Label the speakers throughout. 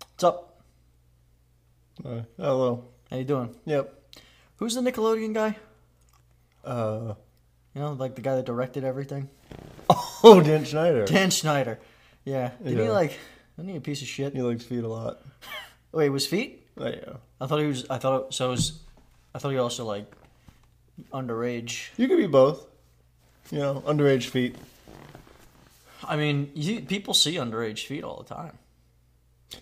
Speaker 1: What's up?
Speaker 2: Uh, hello.
Speaker 1: How you doing?
Speaker 2: Yep.
Speaker 1: Who's the Nickelodeon guy?
Speaker 2: Uh,
Speaker 1: You know, like the guy that directed everything?
Speaker 2: oh, Dan Schneider.
Speaker 1: Dan Schneider. Yeah. Didn't he
Speaker 2: Yeah.
Speaker 1: like isn't he a piece of shit?
Speaker 2: He likes feet a lot.
Speaker 1: Wait, was feet?
Speaker 2: Oh, yeah.
Speaker 1: I thought he was I thought so was I thought he also like underage.
Speaker 2: You could be both. You know, underage feet.
Speaker 1: I mean, you, people see underage feet all the time.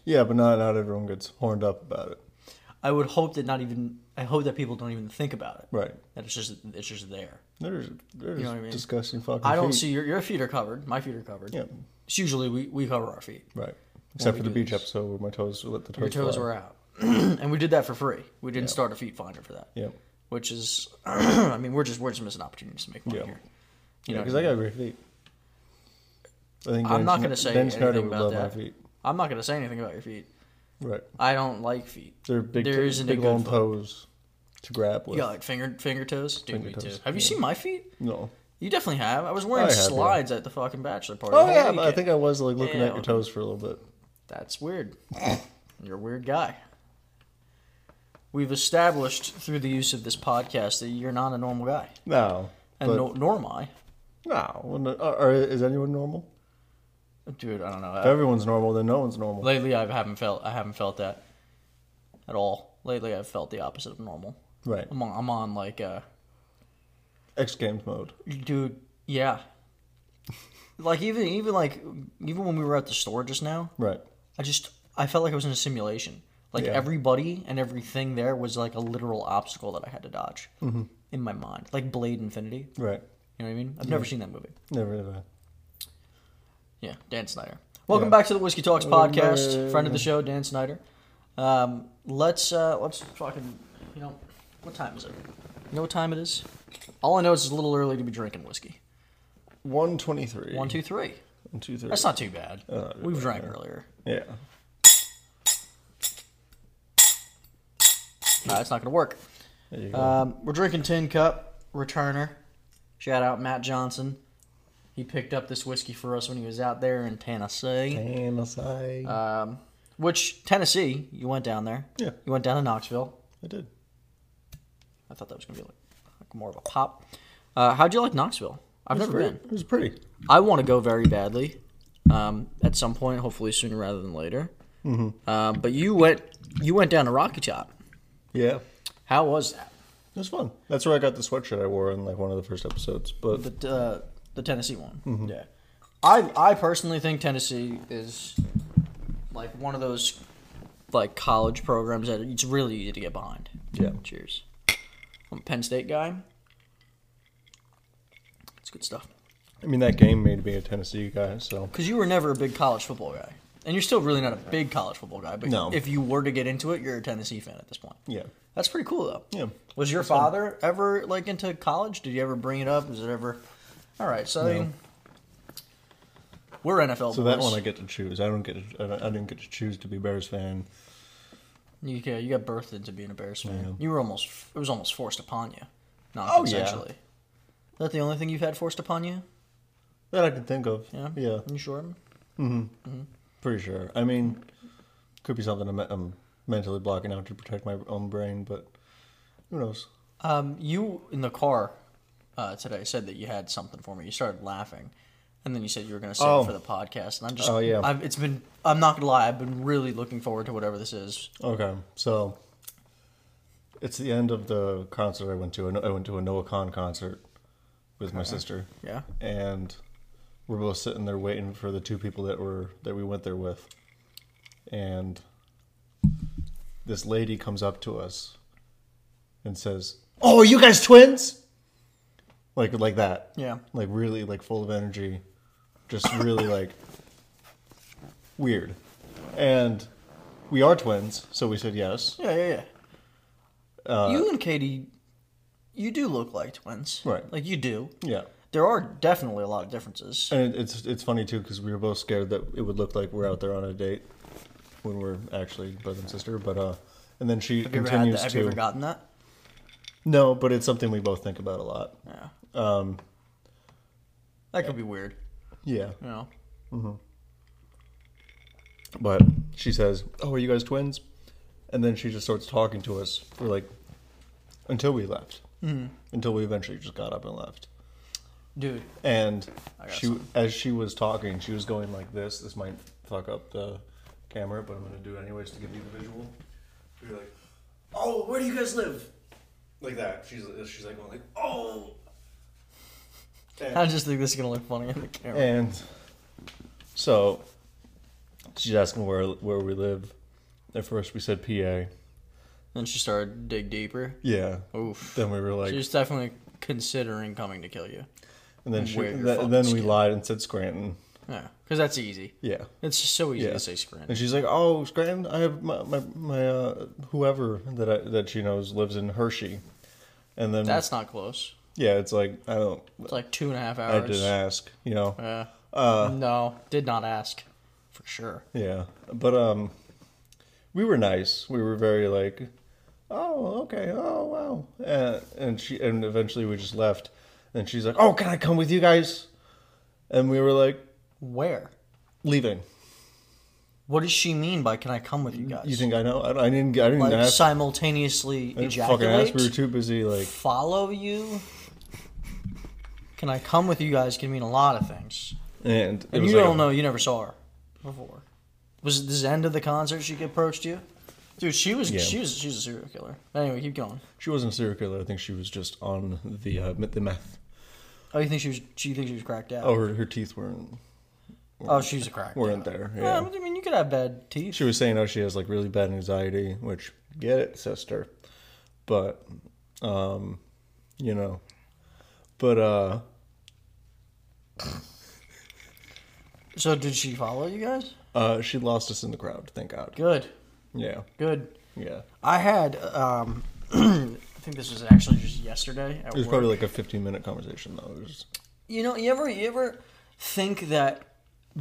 Speaker 2: Yeah, but not not everyone gets horned up about it.
Speaker 1: I would hope that not even I hope that people don't even think about it.
Speaker 2: Right.
Speaker 1: That it's just it's just there.
Speaker 2: There's there's
Speaker 1: know what I mean?
Speaker 2: disgusting fucking.
Speaker 1: I don't
Speaker 2: feet.
Speaker 1: see your your feet are covered. My feet are covered.
Speaker 2: Yeah.
Speaker 1: It's usually we, we cover our feet.
Speaker 2: Right. Except
Speaker 1: we
Speaker 2: for the
Speaker 1: do
Speaker 2: beach
Speaker 1: this.
Speaker 2: episode where my toes let the toes.
Speaker 1: Your toes
Speaker 2: fly.
Speaker 1: were out. and we did that for free. We didn't start a feet finder for that.
Speaker 2: Yep.
Speaker 1: Which is I mean, we're just we're just missing opportunities to make money
Speaker 2: Yeah.
Speaker 1: here. You
Speaker 2: Yeah,
Speaker 1: know,
Speaker 2: because I got great feet. I think
Speaker 1: I'm
Speaker 2: Dan
Speaker 1: not
Speaker 2: Schne-
Speaker 1: gonna say
Speaker 2: Dan Schneider
Speaker 1: anything
Speaker 2: would
Speaker 1: about
Speaker 2: love my
Speaker 1: that.
Speaker 2: feet.
Speaker 1: I'm not gonna say anything about your feet.
Speaker 2: Right.
Speaker 1: I don't like feet.
Speaker 2: They're big,
Speaker 1: There
Speaker 2: there
Speaker 1: isn't a
Speaker 2: big
Speaker 1: good
Speaker 2: long
Speaker 1: foot.
Speaker 2: toes to grab with.
Speaker 1: You got like finger finger toes, dude.
Speaker 2: Finger
Speaker 1: me
Speaker 2: toes,
Speaker 1: too. Have you
Speaker 2: yeah.
Speaker 1: seen my feet?
Speaker 2: No.
Speaker 1: You definitely have. I was wearing
Speaker 2: I have, yeah.
Speaker 1: slides at the fucking bachelor party.
Speaker 2: Oh
Speaker 1: the whole
Speaker 2: yeah, but I
Speaker 1: weekend.
Speaker 2: think I was like looking at
Speaker 1: Damn.
Speaker 2: your toes for a little bit.
Speaker 1: That's weird. You're a weird guy. We've established through the use of this podcast that you're not a normal guy,
Speaker 2: No.
Speaker 1: and
Speaker 2: but-
Speaker 1: no, nor am I.
Speaker 2: No, well, no- or, or is anyone normal?
Speaker 1: Dude, I don't know.
Speaker 2: If everyone's normal, then no one's normal.
Speaker 1: lately, I haven't felt I haven't felt that at all. Lately, I've felt the opposite of normal.
Speaker 2: Right.
Speaker 1: I'm on, I'm on like, uh,
Speaker 2: X Games mode.
Speaker 1: dude, yeah. Like even even like even when we were at the store just now,
Speaker 2: Right.
Speaker 1: I just I felt like I was in a simulation. Like
Speaker 2: Yeah.
Speaker 1: everybody and everything there was like a literal obstacle that I had to dodge
Speaker 2: Mm-hmm.
Speaker 1: in my mind, like Blade Infinity.
Speaker 2: Right.
Speaker 1: You know what I mean? I've never seen that movie.
Speaker 2: Never have I.
Speaker 1: Yeah, Dan Snyder. Welcome
Speaker 2: Yeah. Oh,
Speaker 1: back to the Whiskey Talks podcast.
Speaker 2: Welcome.
Speaker 1: Friend of the show, Dan Snyder. Um, let's uh, let's fucking you know what time is it? You know what time it is? All I know is it's a little early to be drinking whiskey.
Speaker 2: 123.
Speaker 1: One, two, three.
Speaker 2: One, two, three.
Speaker 1: That's not too bad.
Speaker 2: Uh,
Speaker 1: We've drank earlier.
Speaker 2: Yeah.
Speaker 1: Nah, it's not gonna work.
Speaker 2: There you go.
Speaker 1: Um, we're drinking Tin Cup Returner. Shout out Matt Johnson. He picked up this whiskey for us when he was out there in Tennessee.
Speaker 2: and I say.
Speaker 1: Um, which Tennessee? You went down there.
Speaker 2: Yeah.
Speaker 1: You went down to Knoxville.
Speaker 2: I did.
Speaker 1: I thought that was gonna be like, like more of a pop. Uh, how'd you like Knoxville? I've never
Speaker 2: pretty,
Speaker 1: been.
Speaker 2: It was pretty.
Speaker 1: I want to go very badly. Um, at some point, hopefully sooner rather than later. Mm-hmm. Um, but you went you went down to Rocky Top.
Speaker 2: Yeah. It
Speaker 1: How was that?
Speaker 2: was fun. That's where I got the sweatshirt I wore in like one of the first episodes. But
Speaker 1: the uh, the Tennessee one.
Speaker 2: Mm-hmm.
Speaker 1: Yeah, I I personally think Tennessee is like one of those like college programs that it's really easy to get behind.
Speaker 2: Yeah.
Speaker 1: Cheers. I'm a Penn State guy. It's good stuff.
Speaker 2: I mean, that game made me a Tennessee guy, so.
Speaker 1: Because you were never a big college football guy, and you're still really not a big college football guy. But
Speaker 2: No.
Speaker 1: if you were to get into it, you're a Tennessee fan at this point.
Speaker 2: Yeah.
Speaker 1: That's pretty cool though.
Speaker 2: Yeah.
Speaker 1: Was your father ever like into college? Did you ever bring it up? Is it ever? All right, so I mean, we're NFL.
Speaker 2: So that
Speaker 1: boys.
Speaker 2: one I get to choose. I don't get. To, I, don't- I didn't get to choose to be Bears fan.
Speaker 1: you, yeah, you got birthed into being a Bears fan.
Speaker 2: Yeah.
Speaker 1: You were almost it was almost forced upon you, not
Speaker 2: Oh, yeah.
Speaker 1: consensually. Is that the only thing you've had forced upon you?
Speaker 2: That I can think of.
Speaker 1: Yeah.
Speaker 2: Yeah.
Speaker 1: You sure?
Speaker 2: Pretty sure. I mean, could be something I'm, I'm mentally blocking out to protect my own brain, but who knows?
Speaker 1: Um, you in the car uh, today said that you had something for me. You started laughing, and then you said you were going to save
Speaker 2: Oh.
Speaker 1: it for the podcast. And I'm just,
Speaker 2: Oh, yeah.
Speaker 1: I've, it's been. I'm not gonna lie. I've been really looking forward to whatever this is.
Speaker 2: Okay, so it's the end of the concert I went to. I kn- I went to a Noah Khan concert with my sister,
Speaker 1: Yeah.
Speaker 2: and we're both sitting there waiting for the two people that were that we went there with, and this lady comes up to us and says, "Oh, are you guys twins?" Like like that.
Speaker 1: Yeah.
Speaker 2: like really like full of energy just really like weird and we are twins so we said yes
Speaker 1: Yeah, yeah, yeah.
Speaker 2: Uh,
Speaker 1: you and Katie, you do look like twins.
Speaker 2: Right.
Speaker 1: Like you do.
Speaker 2: yeah
Speaker 1: There are definitely a lot of differences.
Speaker 2: and it, it's it's funny too because we were both scared that it would look like we're out there on a date when we're actually brother and sister but uh and then she
Speaker 1: Have you, ever had
Speaker 2: continues
Speaker 1: that? Have
Speaker 2: to
Speaker 1: you ever gotten that?
Speaker 2: no but it's something we both think about a lot
Speaker 1: Yeah. Um. That could be weird.
Speaker 2: yeah
Speaker 1: You know.
Speaker 2: But she says, "Oh, are you guys twins?" And then she just starts talking to us for like until we left, mm-hmm. until we eventually just got up and left.
Speaker 1: Dude,
Speaker 2: And
Speaker 1: got
Speaker 2: she, as she was talking, she was going like this. This might fuck up the camera, but I'm gonna do it anyways to give you the visual. She's like, "Oh, where do you guys live?" Like that. She's she's like going like, "Oh." And-
Speaker 1: I just think this is gonna look funny on the camera.
Speaker 2: and so she's asking where where we live. At first, we said PA.
Speaker 1: Then she started to dig deeper.
Speaker 2: Yeah.
Speaker 1: Oof.
Speaker 2: Then we were like,
Speaker 1: She was definitely considering coming to kill you.
Speaker 2: and then she,
Speaker 1: where you're
Speaker 2: th-
Speaker 1: fucking
Speaker 2: then we
Speaker 1: scared.
Speaker 2: lied and said Scranton.
Speaker 1: Yeah, because that's easy.
Speaker 2: Yeah.
Speaker 1: It's just so easy
Speaker 2: Yeah.
Speaker 1: to say
Speaker 2: And
Speaker 1: Scranton.
Speaker 2: she's like, "Oh, Scranton, I have my my, my uh, whoever that I, that she knows lives in Hershey." And then
Speaker 1: That's not close.
Speaker 2: yeah, it's like I don't.
Speaker 1: It's like two and a half
Speaker 2: I
Speaker 1: hours.
Speaker 2: didn't ask, you know.
Speaker 1: Yeah. no, did not ask, for sure.
Speaker 2: Yeah, but um, we were nice. We were very like, oh, okay, oh wow, uh, and she and eventually we just left. And she's like, oh, can I come with you guys? And we were like,
Speaker 1: Where?
Speaker 2: leaving.
Speaker 1: What does she mean by "Can I come with you guys"?
Speaker 2: You think I know? I, I didn't. I didn't
Speaker 1: like
Speaker 2: ask.
Speaker 1: simultaneously
Speaker 2: I didn't fucking
Speaker 1: ejaculate,
Speaker 2: ask. We were too busy. Like,
Speaker 1: follow you. Can I come with you guys? Can mean a lot of things.
Speaker 2: and, it
Speaker 1: And
Speaker 2: was
Speaker 1: you
Speaker 2: like
Speaker 1: don't
Speaker 2: a-
Speaker 1: know. You never saw her before. Was it this end of the concert she approached you? Dude, she was
Speaker 2: Yeah.
Speaker 1: she was she was a serial killer. Anyway, keep going.
Speaker 2: She wasn't a serial killer. I think she was just on the uh, the meth.
Speaker 1: Oh, you think she was? Do you think she was cracked out?
Speaker 2: Oh, her, her teeth weren't
Speaker 1: Oh, she was a cracked. out.
Speaker 2: weren't there. Yeah. Um,
Speaker 1: Well, I mean, you could have bad teeth.
Speaker 2: she was saying oh she has like really bad anxiety which get it sister but um you know but uh
Speaker 1: So did she follow you guys?
Speaker 2: uh she lost us in the crowd thank god
Speaker 1: Good,
Speaker 2: yeah
Speaker 1: good.
Speaker 2: yeah
Speaker 1: I had, um, I think this was actually just yesterday at
Speaker 2: it was
Speaker 1: work.
Speaker 2: probably like a 15 minute conversation though it was
Speaker 1: you know, you ever you ever think that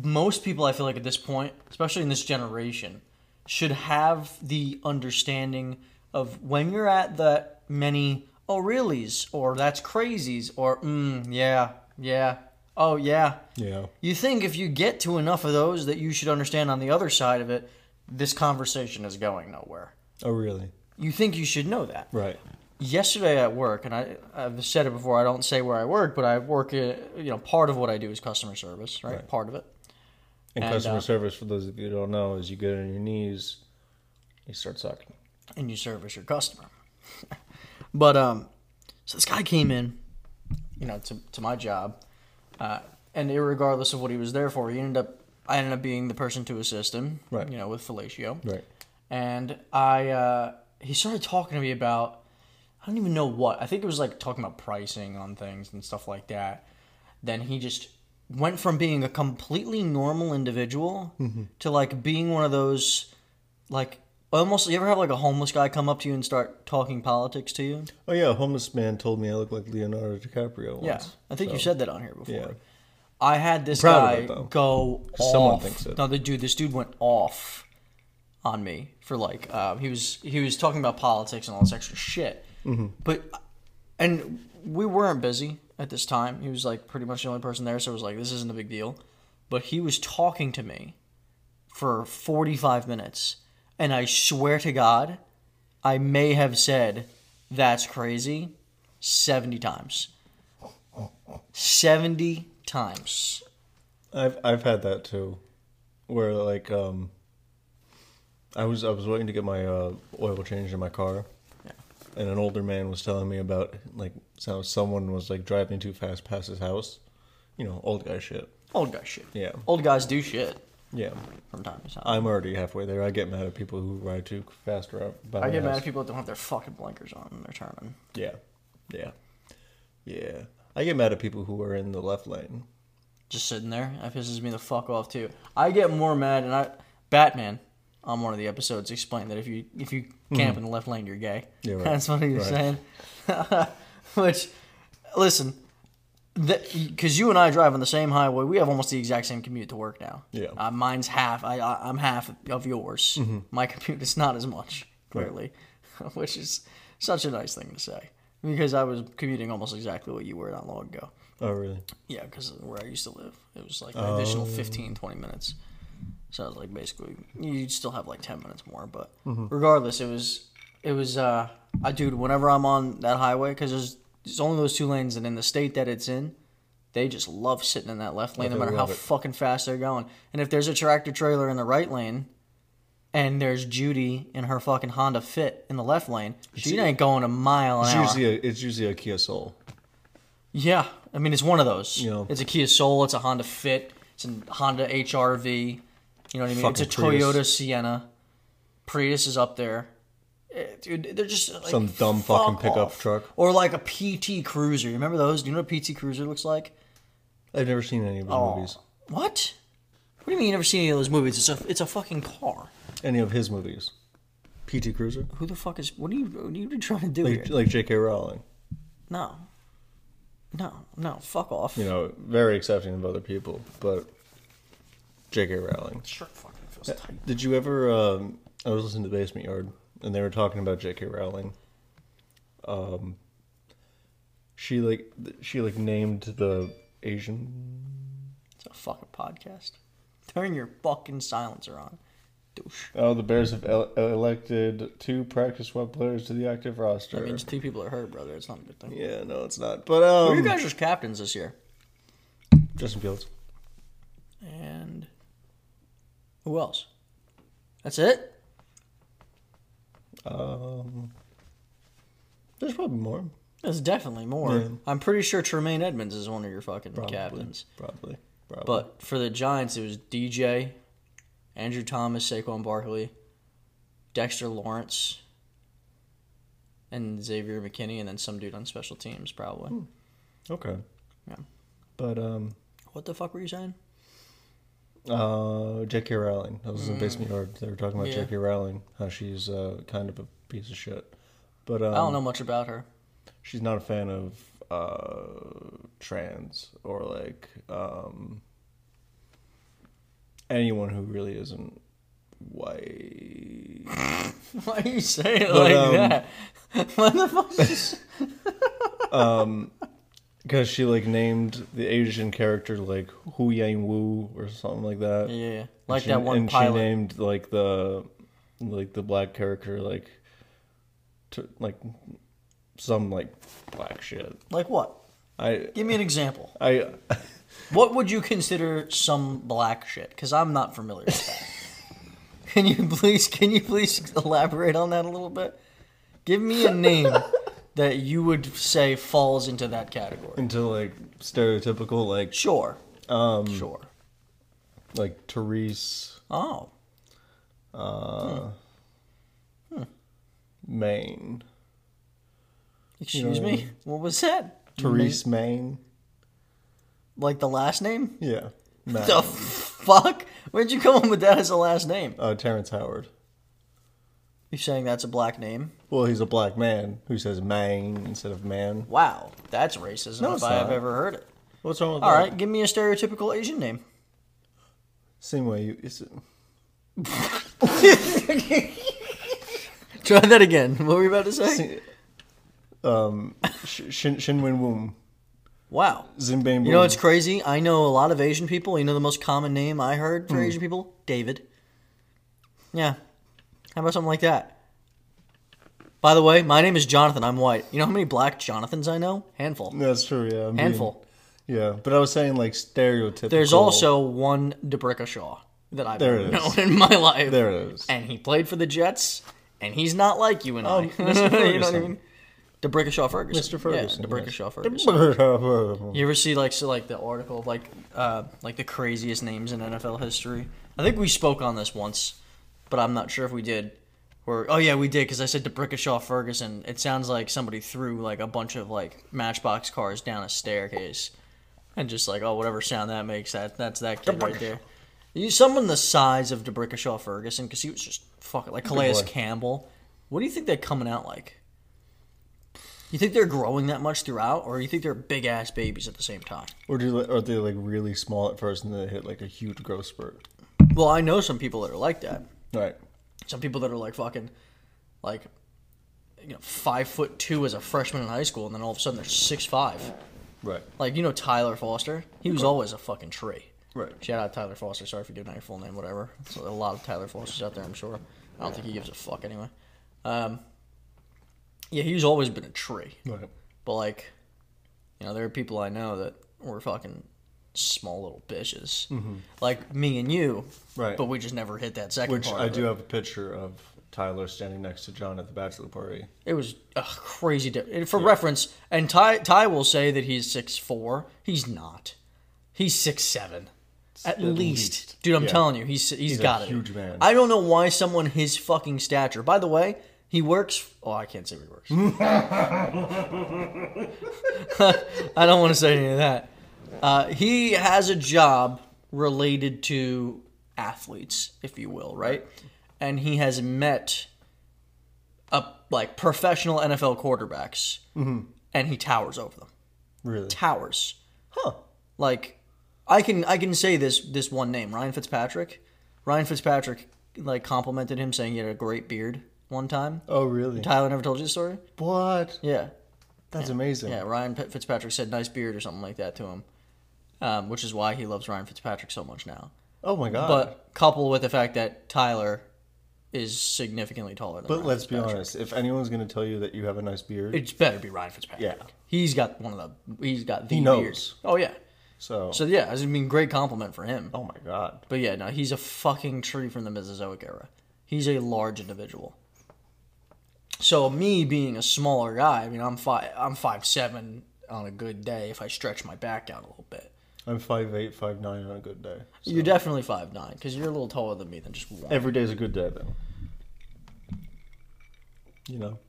Speaker 1: most people, I feel like at this point, especially in this generation, should have the understanding of when you're at that many oh reallys or that's crazies or mm yeah yeah oh yeah
Speaker 2: yeah
Speaker 1: You think if you get to enough of those that you should understand on the other side of it, this conversation is going nowhere.
Speaker 2: oh really
Speaker 1: You think you should know that.
Speaker 2: right
Speaker 1: Yesterday at work, and I, I've said it before, I don't say where I work, but I work, at, you know, part of what I do is customer service, right?
Speaker 2: Right.
Speaker 1: Part of it.
Speaker 2: and,
Speaker 1: And,
Speaker 2: customer
Speaker 1: uh,
Speaker 2: service for those of you who don't know is you get on your knees you start sucking
Speaker 1: and you service your customer. but um, so this guy came in, you know, to, to my job, uh, and irregardless of what he was there for, he ended up I ended up being the person to assist him,
Speaker 2: Right.
Speaker 1: you know, with fellatio.
Speaker 2: Right.
Speaker 1: And I uh, he started talking to me about I don't even know what I think it was like talking about pricing on things and stuff like that. Then he just went from being a completely normal individual
Speaker 2: Mm-hmm.
Speaker 1: to like being one of those like almost you ever have like a homeless guy come up to you and start talking politics to you
Speaker 2: oh yeah a homeless man told me i look like leonardo dicaprio once.
Speaker 1: yeah i think you
Speaker 2: So,
Speaker 1: said that on here before
Speaker 2: yeah.
Speaker 1: i had this
Speaker 2: proud of
Speaker 1: guy
Speaker 2: it, though.
Speaker 1: go off
Speaker 2: someone thinks it.
Speaker 1: no the dude this dude went off on me for like uh, he was he was talking about politics and all this extra shit
Speaker 2: Mm-hmm.
Speaker 1: but and we weren't busy at this time he was like pretty much the only person there so it was like this isn't a big deal but he was talking to me for 45 minutes and i swear to god i may have said that's crazy 70 times 70 times
Speaker 2: I've I've had that too, where like um, I was I was waiting to get my uh, oil changed in my car, and an older man was telling me about like how someone was like driving too fast past his house, you know, old guy shit.
Speaker 1: old guy shit
Speaker 2: Yeah,
Speaker 1: old guys do shit
Speaker 2: yeah.
Speaker 1: from time to time
Speaker 2: I'm already halfway there. I get mad at people who ride too fast. Around by
Speaker 1: I
Speaker 2: my
Speaker 1: get mad
Speaker 2: house.
Speaker 1: at people that don't have their fucking blinkers on when they're turning.
Speaker 2: Yeah, yeah, yeah. I get mad at people who are in the left lane.
Speaker 1: Just sitting there. That pisses me the fuck off too. I get more mad and I Batman on one of the episodes explained that if you if you camp in the left lane you're gay.
Speaker 2: Hmm. Yeah, right.
Speaker 1: That's what he was
Speaker 2: Right.
Speaker 1: saying. Which listen, because you and I drive on the same highway, we have almost the exact same commute to work now.
Speaker 2: Yeah. Mm-hmm.
Speaker 1: Uh, mine's half. I, I I'm half of yours. My commute is not as much clearly, which is such a nice thing to say because I was commuting almost exactly what you were not long ago.
Speaker 2: Oh really? Oh.
Speaker 1: Yeah, because where I used to live, it was like an additional 15, 20 minutes. So I was like, basically, you'd still have like ten minutes more. But
Speaker 2: Mm-hmm.
Speaker 1: regardless, it was it was uh, I dude. Whenever I'm on that highway, because there's there's only those two lanes, and in the state that it's in, they just love sitting in that left lane, no
Speaker 2: they
Speaker 1: matter how
Speaker 2: love it.
Speaker 1: fucking fast they're going. And if there's a tractor trailer in the right lane. And there's Judy in her fucking Honda Fit in the left lane. She ain't going a mile an
Speaker 2: It's
Speaker 1: hour.
Speaker 2: usually a, it's usually a Kia Soul.
Speaker 1: Yeah, I mean it's one of those.
Speaker 2: Yeah.
Speaker 1: It's a Kia Soul, it's a Honda Fit, it's a Honda HRV. You know what I mean?
Speaker 2: Fucking
Speaker 1: it's a
Speaker 2: Prius.
Speaker 1: Toyota Sienna. Prius is up there. Eh, Dude, they're just like,
Speaker 2: Some dumb
Speaker 1: fuck
Speaker 2: fucking pickup
Speaker 1: off.
Speaker 2: truck.
Speaker 1: or like a PT Cruiser. You remember those? Do you know what a PT Cruiser looks like?
Speaker 2: I've never seen any of his
Speaker 1: Oh.
Speaker 2: movies.
Speaker 1: What? What do you mean you never seen any of those movies? It's a it's a fucking car.
Speaker 2: Any of his movies. PT Cruiser?
Speaker 1: Who the fuck is? What are you? What are you trying to do
Speaker 2: Like,
Speaker 1: here?
Speaker 2: like J.K. Rowling.
Speaker 1: No, no, no. Fuck off.
Speaker 2: You know, very accepting of other people, but J.K. Rowling.
Speaker 1: Sure, fucking feels tight.
Speaker 2: Did you ever? Um, I was listening to Basement Yard, and they were talking about J.K. Rowling. Um, she like th- she like named the Asian.
Speaker 1: It's a fucking podcast. Turn your fucking silencer on. Douche.
Speaker 2: Oh, the Bears have el- elected two practice squad players to the active roster.
Speaker 1: That means two people are hurt, brother. It's not a good thing.
Speaker 2: yeah, no, it's not. But
Speaker 1: Who are
Speaker 2: um,
Speaker 1: you guys as captains this year?
Speaker 2: Justin Fields.
Speaker 1: And who else? That's it?
Speaker 2: Um, there's probably more.
Speaker 1: There's definitely more.
Speaker 2: Yeah.
Speaker 1: I'm pretty sure Tremaine Edmonds is one of your fucking
Speaker 2: Probably,
Speaker 1: captains.
Speaker 2: Probably. Probably.
Speaker 1: But for the Giants, it was DJ, Andrew Thomas, Saquon Barkley, Dexter Lawrence, and Xavier McKinney, and then some dude on special teams, probably.
Speaker 2: Hmm. okay.
Speaker 1: Yeah.
Speaker 2: But um.
Speaker 1: What the fuck were you saying?
Speaker 2: Uh, J.K. Rowling. That was in Basement Yard. They were talking about
Speaker 1: Mm. Yeah.
Speaker 2: J.K. Rowling, how she's uh, kind of a piece of shit. But um,
Speaker 1: I don't know much about her.
Speaker 2: she's not a fan of uh, trans or like um, anyone who really isn't white.
Speaker 1: Why you say it
Speaker 2: But,
Speaker 1: like
Speaker 2: um,
Speaker 1: that? What the fuck? is-
Speaker 2: Because she like named the Asian character like Hu Yang Wu or something like that.
Speaker 1: yeah, yeah, like
Speaker 2: she,
Speaker 1: that one
Speaker 2: and
Speaker 1: pilot.
Speaker 2: she named like the like the black character like to, like some like black shit
Speaker 1: like what?
Speaker 2: i
Speaker 1: Give me an example.
Speaker 2: i
Speaker 1: What would you consider some black shit? Because I'm not familiar with that. can you please? Can you please elaborate on that a little bit? Give me a name that you would say falls into that category.
Speaker 2: into like stereotypical like
Speaker 1: Sure. Um, sure.
Speaker 2: like therese
Speaker 1: Oh,
Speaker 2: maine
Speaker 1: excuse me. What was that?
Speaker 2: therese maine
Speaker 1: Like the last name?
Speaker 2: yeah Maine.
Speaker 1: The fuck? Where'd you come up with that as a last name?
Speaker 2: uh, terrence howard
Speaker 1: You're saying that's a black name?
Speaker 2: well he's a black man who says maine instead of man
Speaker 1: Wow, that's racism
Speaker 2: No,
Speaker 1: if
Speaker 2: it's
Speaker 1: I have
Speaker 2: not.
Speaker 1: ever heard it.
Speaker 2: what's wrong with
Speaker 1: All
Speaker 2: that
Speaker 1: right, give me a stereotypical Asian name.
Speaker 2: same way you it's
Speaker 1: Try that again. What were you about to say?
Speaker 2: si- um Sh- shin shin win woom
Speaker 1: Wow.
Speaker 2: zim bang
Speaker 1: You know
Speaker 2: boom.
Speaker 1: what's crazy? I know a lot of Asian people. You know the most common name I heard for Asian people? David. Yeah. How about something like that? By the way, my name is Jonathan. I'm white. You know how many black Jonathans I know? Handful.
Speaker 2: That's true. Yeah, I mean,
Speaker 1: Handful.
Speaker 2: yeah, but I was saying like stereotypical.
Speaker 1: There's also one DeBricka Shaw that I've
Speaker 2: There it
Speaker 1: known
Speaker 2: is.
Speaker 1: in my life.
Speaker 2: there it is.
Speaker 1: and he played for the Jets, and he's not like you and I.
Speaker 2: Mr.
Speaker 1: you know what I
Speaker 2: Oh, Ferguson.
Speaker 1: mean? DeBrickashaw Ferguson.
Speaker 2: Mr. Ferguson.
Speaker 1: Yeah, DeBrickashaw Ferguson.
Speaker 2: Ferguson.
Speaker 1: You ever see like so like the article of like uh, like the craziest names in NFL history? I think we spoke on this once, but I'm not sure if we did. Or oh yeah, we did because I said DeBrickashaw Ferguson. It sounds like somebody threw like a bunch of like Matchbox cars down a staircase, and just like oh whatever sound that makes that that's that kid right there. You someone the size of DeBrickashaw Ferguson because he was just fucking like Calais
Speaker 2: boy.
Speaker 1: Campbell. What do you think they're coming out like? You think they're growing that much throughout, or you think they're big ass babies at the same time?
Speaker 2: Or do they- are they like really small at first and then they hit like a huge growth spurt?
Speaker 1: Well, I know some people that are like that.
Speaker 2: Right.
Speaker 1: Some people that are like fucking, like, you know, five foot two as a freshman in high school, and then all of a sudden they're six five.
Speaker 2: Right.
Speaker 1: Like you know Tyler Foster, he was always a fucking tree.
Speaker 2: Right.
Speaker 1: Shout out Tyler Foster. Sorry for giving out your full name, whatever. So a lot of Tyler Fosters out there, I'm sure. I don't think he gives a fuck anyway. Um, yeah, he's always been a tree.
Speaker 2: Right.
Speaker 1: But like, you know, there are people I know that were fucking small little bitches, like me and you.
Speaker 2: Mm-hmm. Right.
Speaker 1: But we just never hit that second
Speaker 2: Which
Speaker 1: part.
Speaker 2: I
Speaker 1: of
Speaker 2: do
Speaker 1: It.
Speaker 2: have a picture of Tyler standing next to John at the bachelor party.
Speaker 1: It was a crazy. Di- and for reference, and Ty Ty will say that he's six four. He's not. He's six seven. At, least.
Speaker 2: least.
Speaker 1: dude, I'm
Speaker 2: Yeah.
Speaker 1: telling you, he's he's
Speaker 2: a
Speaker 1: got it.
Speaker 2: huge man.
Speaker 1: I don't know why someone his fucking stature. By the way, he works. Oh, I can't say where he works. I don't want to say any of that. Uh, he has a job related to athletes, if you will, right? And he has met a like professional NFL quarterbacks,
Speaker 2: Mm-hmm.
Speaker 1: and he towers over them.
Speaker 2: Really?
Speaker 1: Towers, huh? Like, I can I can say this this one name, Ryan Fitzpatrick. Ryan Fitzpatrick like complimented him, saying he had a great beard one time.
Speaker 2: Oh, really?
Speaker 1: Tyler never told you the story.
Speaker 2: What?
Speaker 1: Yeah,
Speaker 2: That's amazing.
Speaker 1: yeah, Ryan P- Fitzpatrick said nice beard or something like that to him, um, which is why he loves Ryan Fitzpatrick so much now.
Speaker 2: Oh my god.
Speaker 1: But coupled with the fact that Tyler is significantly taller than
Speaker 2: But
Speaker 1: Ryan
Speaker 2: let's be
Speaker 1: Fitzpatrick.
Speaker 2: honest. If anyone's going to tell you that you have a nice beard,
Speaker 1: It's better be Ryan Fitzpatrick.
Speaker 2: Yeah.
Speaker 1: He's got one of the he's got the
Speaker 2: He knows.
Speaker 1: beards. Oh yeah.
Speaker 2: so,
Speaker 1: So yeah, I mean great compliment for him.
Speaker 2: oh my god.
Speaker 1: But yeah, no, he's a fucking tree from the Mesozoic era. He's a large individual. So me being a smaller guy, I mean I'm five I'm five seven on a good day if I stretch my back out a little bit.
Speaker 2: I'm five eight, five nine on a good day. So
Speaker 1: You're definitely five nine because you're a little taller than me than just one.
Speaker 2: every day's a good day then. You know.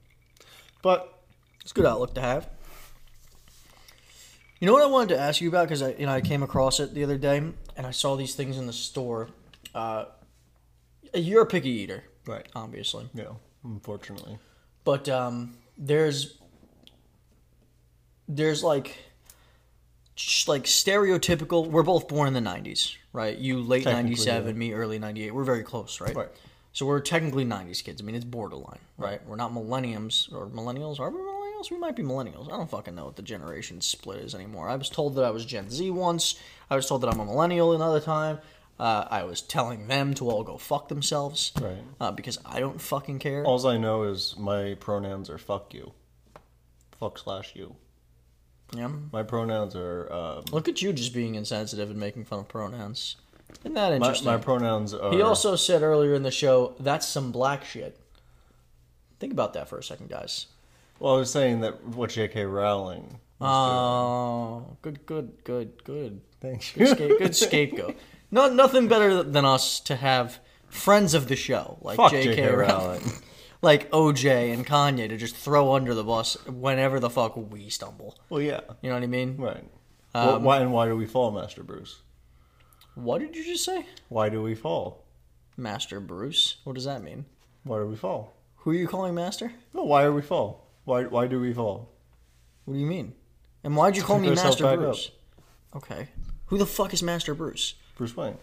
Speaker 2: But
Speaker 1: It's a good outlook to have. You know what I wanted to ask you about because I you know I came across it the other day and I saw these things in the store. Uh, you're a picky eater,
Speaker 2: right.
Speaker 1: obviously,
Speaker 2: Yeah, unfortunately.
Speaker 1: but um, there's there's like sh- like stereotypical. We're both born in the '90s, right? You late
Speaker 2: Technically,
Speaker 1: '97, me early '98. We're very close, right?
Speaker 2: Right.
Speaker 1: So we're technically '90s kids. I mean, it's borderline, right? We're not millenniums or millennials. Are we millennials? We might be millennials. I don't fucking know what the generation split is anymore. I was told that I was Gen Z once. I was told that I'm a millennial another time. Uh, I was telling them to all go fuck themselves,
Speaker 2: Right.
Speaker 1: Uh, because I don't fucking care.
Speaker 2: All I know is my pronouns are fuck you. Fuck slash you.
Speaker 1: Yeah.
Speaker 2: My pronouns are um,
Speaker 1: Look at you just being insensitive and making fun of pronouns. Isn't that
Speaker 2: my,
Speaker 1: interesting?
Speaker 2: my pronouns are
Speaker 1: He also said earlier in the show, that's some black shit. Think about that for a second, guys.
Speaker 2: Well, I was saying that what J.K. Rowling.
Speaker 1: Oh, good, good, good, good.
Speaker 2: Thank
Speaker 1: Good, scape- good scapegoat. Not nothing better than us to have friends of the show like
Speaker 2: Fuck
Speaker 1: J.K.
Speaker 2: J.K.
Speaker 1: Rowling,
Speaker 2: Rowling.
Speaker 1: like OJ and Kanye to just throw under the bus whenever the fuck we stumble.
Speaker 2: Well, yeah,
Speaker 1: You know what I mean?
Speaker 2: right.
Speaker 1: Um,
Speaker 2: Wh- why and why do we fall, Master Bruce?
Speaker 1: What did you just say,
Speaker 2: Why do we fall?
Speaker 1: Master Bruce? What does that mean?
Speaker 2: Why do we fall?
Speaker 1: Who are you calling Master?
Speaker 2: No, why are we fall? Why why do we fall?
Speaker 1: What do you mean? And why'd you call me
Speaker 2: Pick yourself
Speaker 1: Master
Speaker 2: back
Speaker 1: Bruce? Okay. Who the fuck is Master Bruce?
Speaker 2: Bruce Wayne,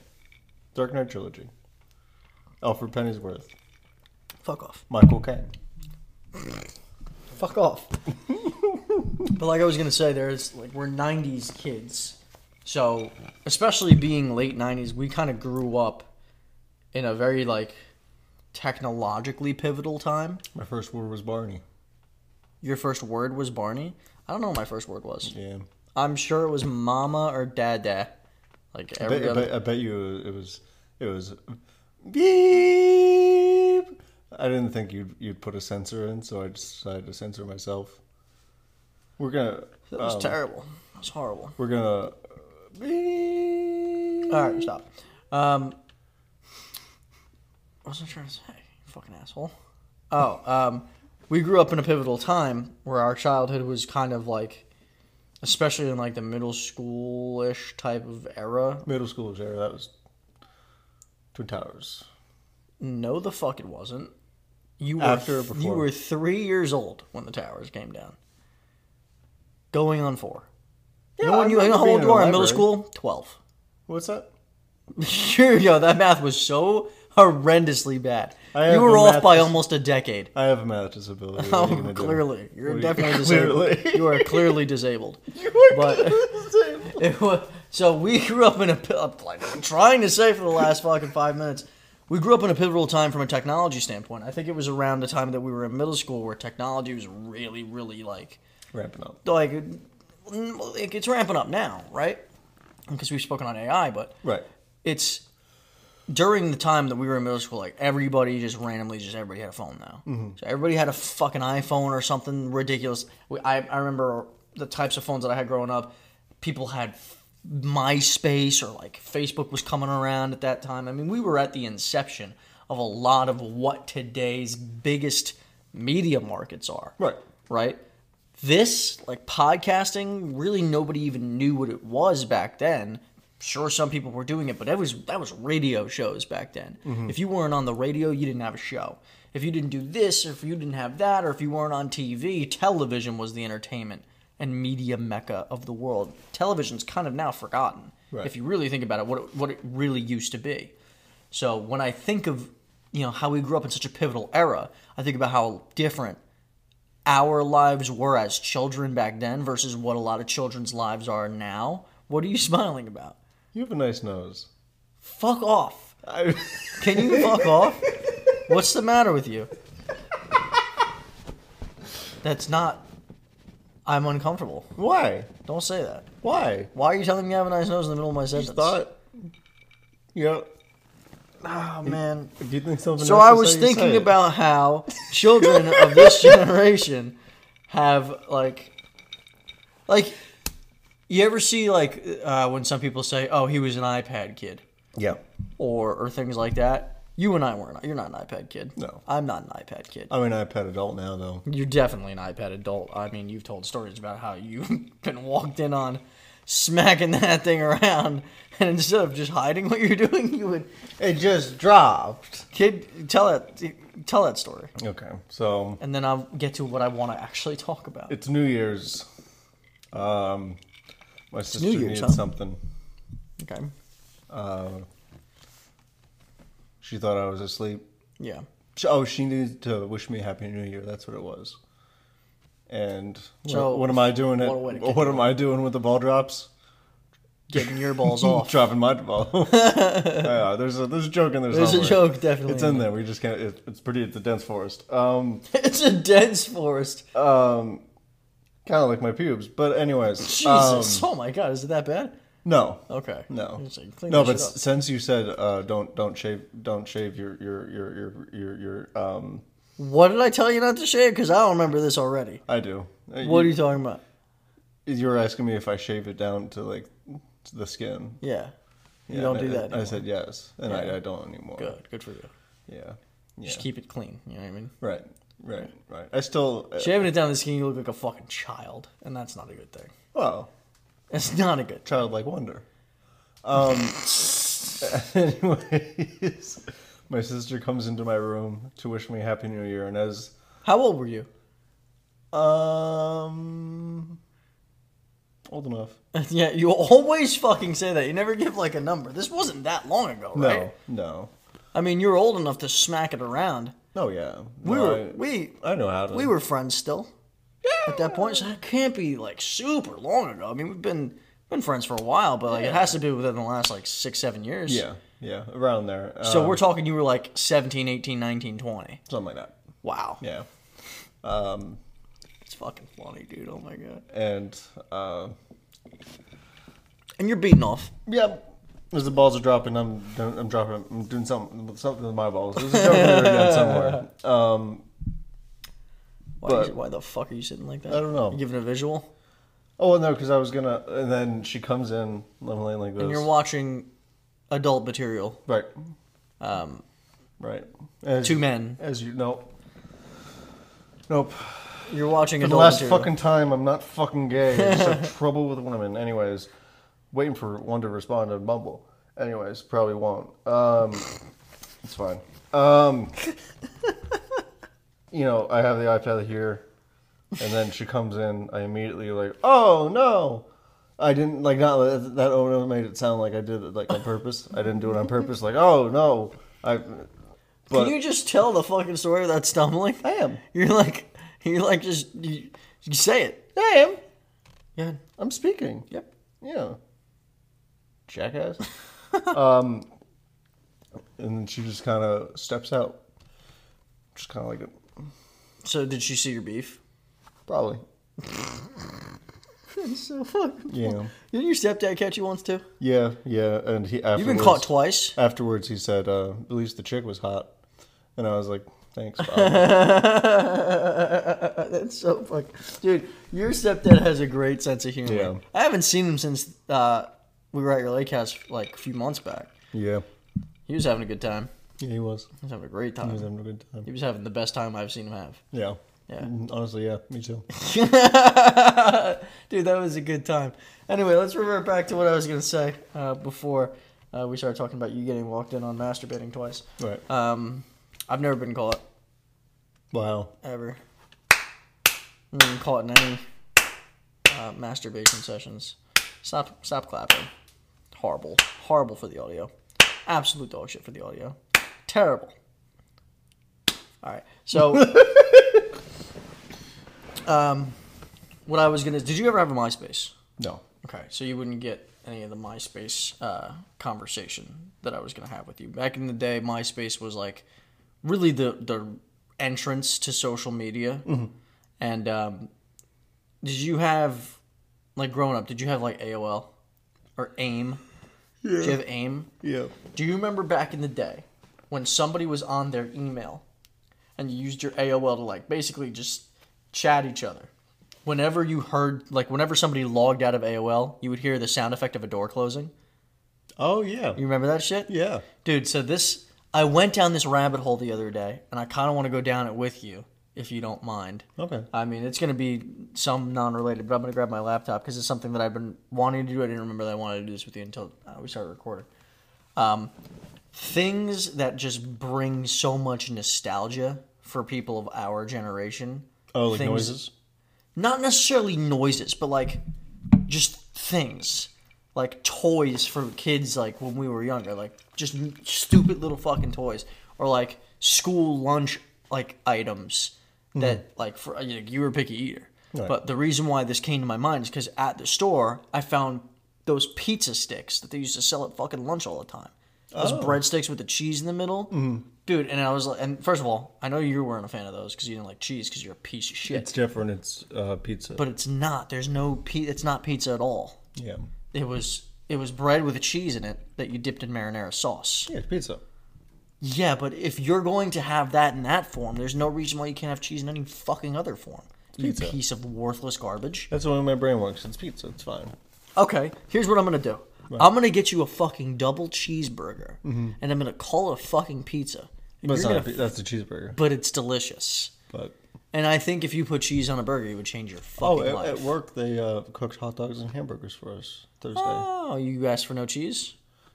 Speaker 2: Dark Knight trilogy, Alfred Pennyworth,
Speaker 1: Fuck off.
Speaker 2: Michael Caine.
Speaker 1: Fuck off. but like I was gonna say, there's like we're '90s kids, so especially being late '90s, we kind of grew up in a very like technologically pivotal time.
Speaker 2: My first word was Barney.
Speaker 1: Your first word was Barney. I don't know what my first word was.
Speaker 2: Yeah,
Speaker 1: I'm sure it was mama or dada. Like
Speaker 2: I bet,
Speaker 1: every
Speaker 2: I,
Speaker 1: other
Speaker 2: bet, I bet you it was it was beep. I didn't think you'd you'd put a censor in, so I decided to censor myself. We're gonna
Speaker 1: That was terrible. That was horrible.
Speaker 2: we're gonna uh, beep.
Speaker 1: All right, stop. Um, what was I trying to say? Fucking asshole. Oh, um, we grew up in a pivotal time where our childhood was kind of like, especially in like the middle school-ish type of era.
Speaker 2: Middle school was there. That was Twin Towers.
Speaker 1: No, the fuck it wasn't. You were
Speaker 2: After or
Speaker 1: you
Speaker 2: before?
Speaker 1: were three years old when the towers came down. Going on four. You know
Speaker 2: Yeah,
Speaker 1: when
Speaker 2: I
Speaker 1: you, you know
Speaker 2: remember
Speaker 1: how
Speaker 2: being
Speaker 1: old
Speaker 2: in
Speaker 1: you
Speaker 2: the
Speaker 1: are in middle
Speaker 2: library.
Speaker 1: school? Twelve.
Speaker 2: What's that?
Speaker 1: Sure, yo, that math was so horrendously bad.
Speaker 2: I
Speaker 1: you
Speaker 2: have
Speaker 1: were
Speaker 2: a
Speaker 1: off
Speaker 2: math
Speaker 1: by
Speaker 2: dis-
Speaker 1: almost a decade.
Speaker 2: I have a math disability. What are you
Speaker 1: Oh,
Speaker 2: gonna do?
Speaker 1: clearly, you're
Speaker 2: What are you-
Speaker 1: definitely
Speaker 2: clearly.
Speaker 1: disabled. You are clearly disabled.
Speaker 2: You are
Speaker 1: But-
Speaker 2: clearly disabled.
Speaker 1: It was, So we grew up in a pi- I'm like I'm trying to say for the last fucking five minutes. We grew up in a pivotal time from a technology standpoint. I think it was around the time that we were in middle school where technology was really, really like
Speaker 2: Ramping up.
Speaker 1: like like, it's ramping up now, right? Because we've spoken on AI, but
Speaker 2: Right.
Speaker 1: it's during the time that we were in middle school, like everybody just randomly, just everybody had a phone now. So everybody had a fucking iPhone or something ridiculous. We, I, I remember the types of phones that I had growing up. People had MySpace or like Facebook was coming around at that time. I mean, we were at the inception of a lot of what today's biggest media markets are
Speaker 2: Right.
Speaker 1: right? This, like podcasting, really nobody even knew what it was back then. Sure, some people were doing it, but that was that was radio shows back then. If you weren't on the radio, you didn't have a show. If you didn't do this, or if you didn't have that, or if you weren't on TV, television was the entertainment and media mecca of the world. Television's kind of now forgotten.
Speaker 2: Right.
Speaker 1: If you really think about it, what it, what it really used to be. So when I think of you know how we grew up in such a pivotal era, I think about how different our lives were as children back then versus what a lot of children's lives are now. What are you smiling about?
Speaker 2: You have a nice nose.
Speaker 1: Fuck off.
Speaker 2: I,
Speaker 1: Can you fuck off? What's the matter with you? That's not. I'm uncomfortable.
Speaker 2: why?
Speaker 1: Don't say that.
Speaker 2: Why?
Speaker 1: Why are you telling me I have a nice nose in the middle of my sentence?
Speaker 2: Thought. You know,
Speaker 1: oh man.
Speaker 2: if you think something.
Speaker 1: So
Speaker 2: else
Speaker 1: I
Speaker 2: to
Speaker 1: was
Speaker 2: say, you say
Speaker 1: thinking
Speaker 2: it.
Speaker 1: about how children of this generation have like, like, you ever see like uh, when some people say, "Oh, he was an iPad kid,"
Speaker 2: Yeah.
Speaker 1: or or things like that. You and I weren't. You're not an iPad kid.
Speaker 2: No.
Speaker 1: I'm not an iPad kid.
Speaker 2: I'm an iPad adult now, though.
Speaker 1: You're definitely an iPad adult. I mean, you've told stories about how you've been walked in on smacking that thing around, and instead of just hiding what you're doing, you would
Speaker 2: It just dropped.
Speaker 1: kid tell that tell that story.
Speaker 2: Okay, so
Speaker 1: and then I'll get to what I want to actually talk about.
Speaker 2: it's New Year's. Um, my sister
Speaker 1: New Year's,
Speaker 2: needed
Speaker 1: huh?
Speaker 2: something.
Speaker 1: Okay.
Speaker 2: She thought I was asleep.
Speaker 1: Yeah.
Speaker 2: Sh- Oh, she needed to wish me Happy New Year. That's what it was. And what-
Speaker 1: So,
Speaker 2: what, am I doing? It.
Speaker 1: what a way to kick
Speaker 2: What am I doing with the ball drops?
Speaker 1: Getting your balls off.
Speaker 2: Dropping my ball. yeah, there's a there's a joke in there.
Speaker 1: There's a
Speaker 2: somewhere.
Speaker 1: joke, definitely.
Speaker 2: It's in there. We just can't. It, it's pretty. It's a dense forest. Um,
Speaker 1: It's a dense forest.
Speaker 2: Uh, kind of like my pubes. But anyways, um,
Speaker 1: Jesus. oh my god, is it that bad?
Speaker 2: no.
Speaker 1: Okay.
Speaker 2: No.
Speaker 1: It's like, clean
Speaker 2: no,
Speaker 1: that
Speaker 2: but
Speaker 1: shit up.
Speaker 2: since you said uh, don't don't shave don't shave your your your your your, your um
Speaker 1: What did I tell you not to shave? Because I don't remember this already.
Speaker 2: I do. Uh,
Speaker 1: What are
Speaker 2: you,
Speaker 1: you talking about?
Speaker 2: you were asking me if I shave it down to like to the skin.
Speaker 1: Yeah. You
Speaker 2: Yeah,
Speaker 1: don't
Speaker 2: and
Speaker 1: do
Speaker 2: I-
Speaker 1: that.
Speaker 2: I
Speaker 1: anymore.
Speaker 2: said yes, and
Speaker 1: Yeah.
Speaker 2: I, I don't anymore.
Speaker 1: Good. Good for you.
Speaker 2: Yeah. Yeah.
Speaker 1: Just keep it clean. You know what I mean?
Speaker 2: right. Right. Right. I still. Uh,
Speaker 1: Shaving it down to the skin, you look like a fucking child, and that's not a good thing.
Speaker 2: well,
Speaker 1: It's not a good.
Speaker 2: childlike wonder. Um. anyways, my sister comes into my room to wish me happy new year, and as
Speaker 1: How old were you?
Speaker 2: um old enough.
Speaker 1: yeah, you always fucking say that. You never give like a number. This wasn't that long ago,
Speaker 2: No.
Speaker 1: right?
Speaker 2: No.
Speaker 1: I mean, you're old enough to smack it around.
Speaker 2: Oh yeah.
Speaker 1: We
Speaker 2: No,
Speaker 1: were we
Speaker 2: I, I know how to.
Speaker 1: we were friends still. At that point, so it can't be like super long ago. I mean, we've been been friends for a while, but like it has to be within the last like six, seven years.
Speaker 2: Yeah. Yeah. Around there. Uh,
Speaker 1: So we're talking you were like 17, 18, 19, 20.
Speaker 2: something like that.
Speaker 1: Wow.
Speaker 2: Yeah.
Speaker 1: It's fucking funny, dude. Oh my god.
Speaker 2: And uh,
Speaker 1: And you're beating off.
Speaker 2: yeah, as the balls are dropping, I'm I'm dropping. I'm doing something something with my balls. There's a joke in there again somewhere.
Speaker 1: Why,
Speaker 2: But-
Speaker 1: is- why the fuck are you sitting like that?
Speaker 2: I don't know.
Speaker 1: You giving a visual?
Speaker 2: Oh no, because I was gonna. And then she comes in. and I'm laying like this.
Speaker 1: And you're watching adult material.
Speaker 2: right. Um. Right. As,
Speaker 1: Two men.
Speaker 2: As you know. Nope.
Speaker 1: You're watching
Speaker 2: For the
Speaker 1: adult
Speaker 2: last
Speaker 1: material.
Speaker 2: fucking time, I'm not fucking gay. I just have trouble with women. Anyways, waiting for one to respond on Bumble. Anyways, probably won't. Um, it's fine. Um, you know, I have the iPad here, and then she comes in. I immediately like, oh no, I didn't like not that. that Oh no, made it sound like I did it like on purpose. I didn't do it on purpose. Like, oh no, I. But
Speaker 1: Can you just tell the fucking story without stumbling?
Speaker 2: I am.
Speaker 1: You're like, you're like, just you, you say it.
Speaker 2: I am.
Speaker 1: Yeah.
Speaker 2: I'm speaking.
Speaker 1: Yep.
Speaker 2: Yeah. jackass. um, and then she just kind of steps out. Just kind of like,
Speaker 1: So did she see your beef?
Speaker 2: probably,
Speaker 1: So fucking.
Speaker 2: yeah,
Speaker 1: Didn't your stepdad catch you once too?
Speaker 2: yeah, yeah. And he afterwards,
Speaker 1: You've been caught twice.
Speaker 2: afterwards he said, uh, "At least the chick was hot," and I was like, "Thanks, Bob."
Speaker 1: That's so fucking. Dude, your stepdad has a great sense of humor.
Speaker 2: Yeah.
Speaker 1: I haven't seen him since uh, we were at your lake house like a few months back.
Speaker 2: yeah,
Speaker 1: He was having a good time.
Speaker 2: yeah, he was.
Speaker 1: He was having a great
Speaker 2: He was
Speaker 1: time.
Speaker 2: having a good time.
Speaker 1: He was having the best time I've seen him have.
Speaker 2: Yeah.
Speaker 1: Yeah.
Speaker 2: Mm, Honestly, yeah, me too.
Speaker 1: Dude, that was a good time. Anyway, let's revert back to what I was going to say uh, before uh, we started talking about you getting walked in on masturbating twice.
Speaker 2: Right.
Speaker 1: Um, I've never been caught,
Speaker 2: Wow.
Speaker 1: ever. I've never been caught in any uh, masturbation sessions. Stop, stop clapping. Horrible. Horrible for the audio. Absolute dog shit for the audio. Terrible. All right. So, um, what I was going to. Did you ever have a MySpace?
Speaker 2: No.
Speaker 1: Okay, so you wouldn't get any of the MySpace uh, conversation that I was gonna have with you. Back in the day, MySpace was like really the the entrance to social media. And um, did you have like growing up? Did you have like AOL or AIM? Did you have AIM?
Speaker 2: Yeah.
Speaker 1: Do you remember back in the day when somebody was on their email and you used your AOL to like basically just chat each other? Whenever you heard, like, whenever somebody logged out of AOL, you would hear the sound effect of a door closing.
Speaker 2: Oh yeah.
Speaker 1: You remember that shit?
Speaker 2: Yeah.
Speaker 1: Dude, so this, I went down this rabbit hole the other day and I kind of want to go down it with you if you don't mind.
Speaker 2: Okay.
Speaker 1: I mean, it's going to be some non related, but I'm going to grab my laptop because it's something that I've been wanting to do. I didn't remember that I wanted to do this with you until uh, we started recording. Um, things that just bring so much nostalgia for people of our generation.
Speaker 2: Oh, like
Speaker 1: Things-
Speaker 2: noises.
Speaker 1: Not necessarily noises, but like just things. Like toys for kids, like when we were younger, like just stupid little fucking toys, or like school lunch like items that like for like, you were a picky eater.
Speaker 2: Right.
Speaker 1: But the reason why this came to my mind is because at the store I found those pizza sticks that they used to sell at fucking lunch all the time. Those breadsticks with the cheese in the middle, dude. And I was like, and first of all, I know you weren't a fan of those because you didn't like cheese because you're a piece of shit.
Speaker 2: It's different. It's uh, pizza.
Speaker 1: but it's not. There's no. Pe- it's not pizza at all.
Speaker 2: yeah.
Speaker 1: It was. It was bread with a cheese in it that you dipped in marinara sauce.
Speaker 2: Yeah, it's pizza.
Speaker 1: Yeah, but if you're going to have that in that form, there's no reason why you can't have cheese in any fucking other form. You
Speaker 2: pizza.
Speaker 1: piece of worthless garbage.
Speaker 2: That's the way my brain works. It's pizza. It's fine.
Speaker 1: Okay, here's what Mm-hmm. I'm gonna do. I'm gonna get you a fucking double cheeseburger, and I'm gonna call it a fucking pizza. And
Speaker 2: But it's
Speaker 1: you're
Speaker 2: not a
Speaker 1: gonna-
Speaker 2: pi- that's a cheeseburger.
Speaker 1: but it's delicious.
Speaker 2: But
Speaker 1: And I think if you put cheese on a burger, it would change your fucking
Speaker 2: oh, at,
Speaker 1: life.
Speaker 2: at work they uh, cooked hot dogs and hamburgers for us Thursday.
Speaker 1: Oh, you asked for no cheese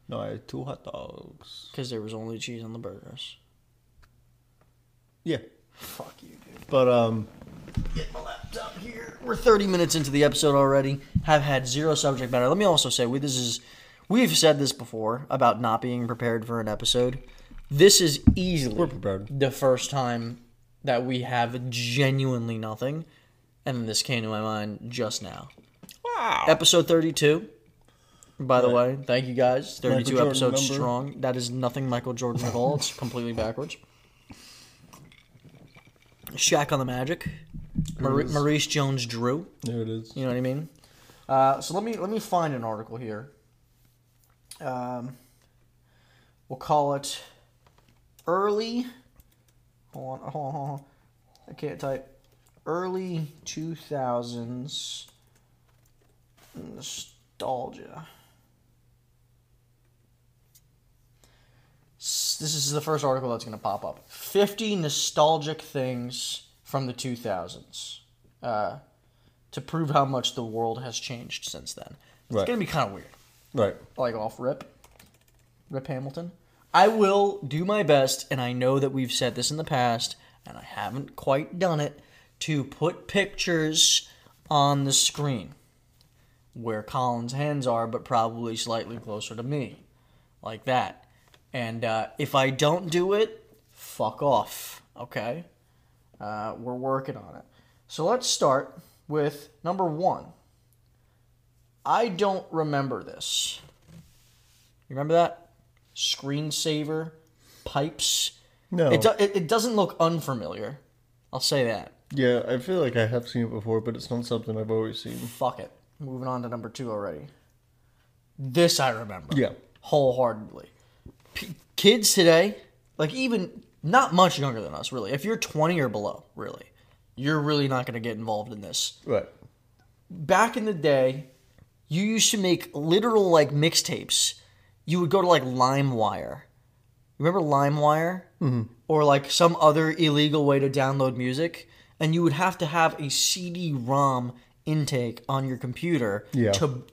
Speaker 2: No, I had two hot dogs.
Speaker 1: because there was only cheese on the burgers.
Speaker 2: Yeah,
Speaker 1: Fuck you, dude.
Speaker 2: but um,
Speaker 1: Get my laptop here. We're 30 minutes into the episode already. Have had zero subject matter. Let me also say, we this is we've said this before about not being prepared for an episode. This is easily
Speaker 2: we're prepared.
Speaker 1: the first time that we have genuinely nothing, and this came to my mind just now.
Speaker 2: Wow.
Speaker 1: Episode thirty-two. By the way, thank you guys. Thirty-two
Speaker 2: Jordan
Speaker 1: episodes
Speaker 2: number.
Speaker 1: strong. That is nothing Michael Jordan at all. It's completely backwards. Shaq on the Magic. Mar-
Speaker 2: is.
Speaker 1: Maurice Jones-Drew.
Speaker 2: There it is.
Speaker 1: You know what I mean? Uh, so let me let me find an article here. Um, we'll call it early. Hold on, hold on, hold on. I can't type. Early two thousands nostalgia. S- This is the first article that's going to pop up. 50 nostalgic things from the 2000s. Uh, to prove how much the world has changed since then. It's
Speaker 2: Right.
Speaker 1: gonna be kind of weird,
Speaker 2: Right.
Speaker 1: like off rip, rip Hamilton. I will do my best, and I know that we've said this in the past, and I haven't quite done it, to put pictures on the screen where Colin's hands are, but probably slightly closer to me, like that. And uh, if I don't do it, fuck off, okay? Uh, we're working on it. So let's start with number one. I don't remember this. You remember that? Screensaver, pipes.
Speaker 2: No.
Speaker 1: It, do, it, it doesn't look unfamiliar. I'll say that.
Speaker 2: yeah, I feel like I have seen it before, but it's not something I've always seen.
Speaker 1: Fuck it. Moving on to number two already. This I remember.
Speaker 2: Yeah.
Speaker 1: Wholeheartedly. P- kids today, like even not much younger than us, really. If you're 20 or below, really, you're really not going to get involved in this.
Speaker 2: Right.
Speaker 1: Back in the day, you used to make literal like mixtapes. You would go to like LimeWire. Remember LimeWire? Mm-hmm. Or like some other illegal way to download music. And you would have to have a CD ROM intake on your computer
Speaker 2: Yeah.
Speaker 1: to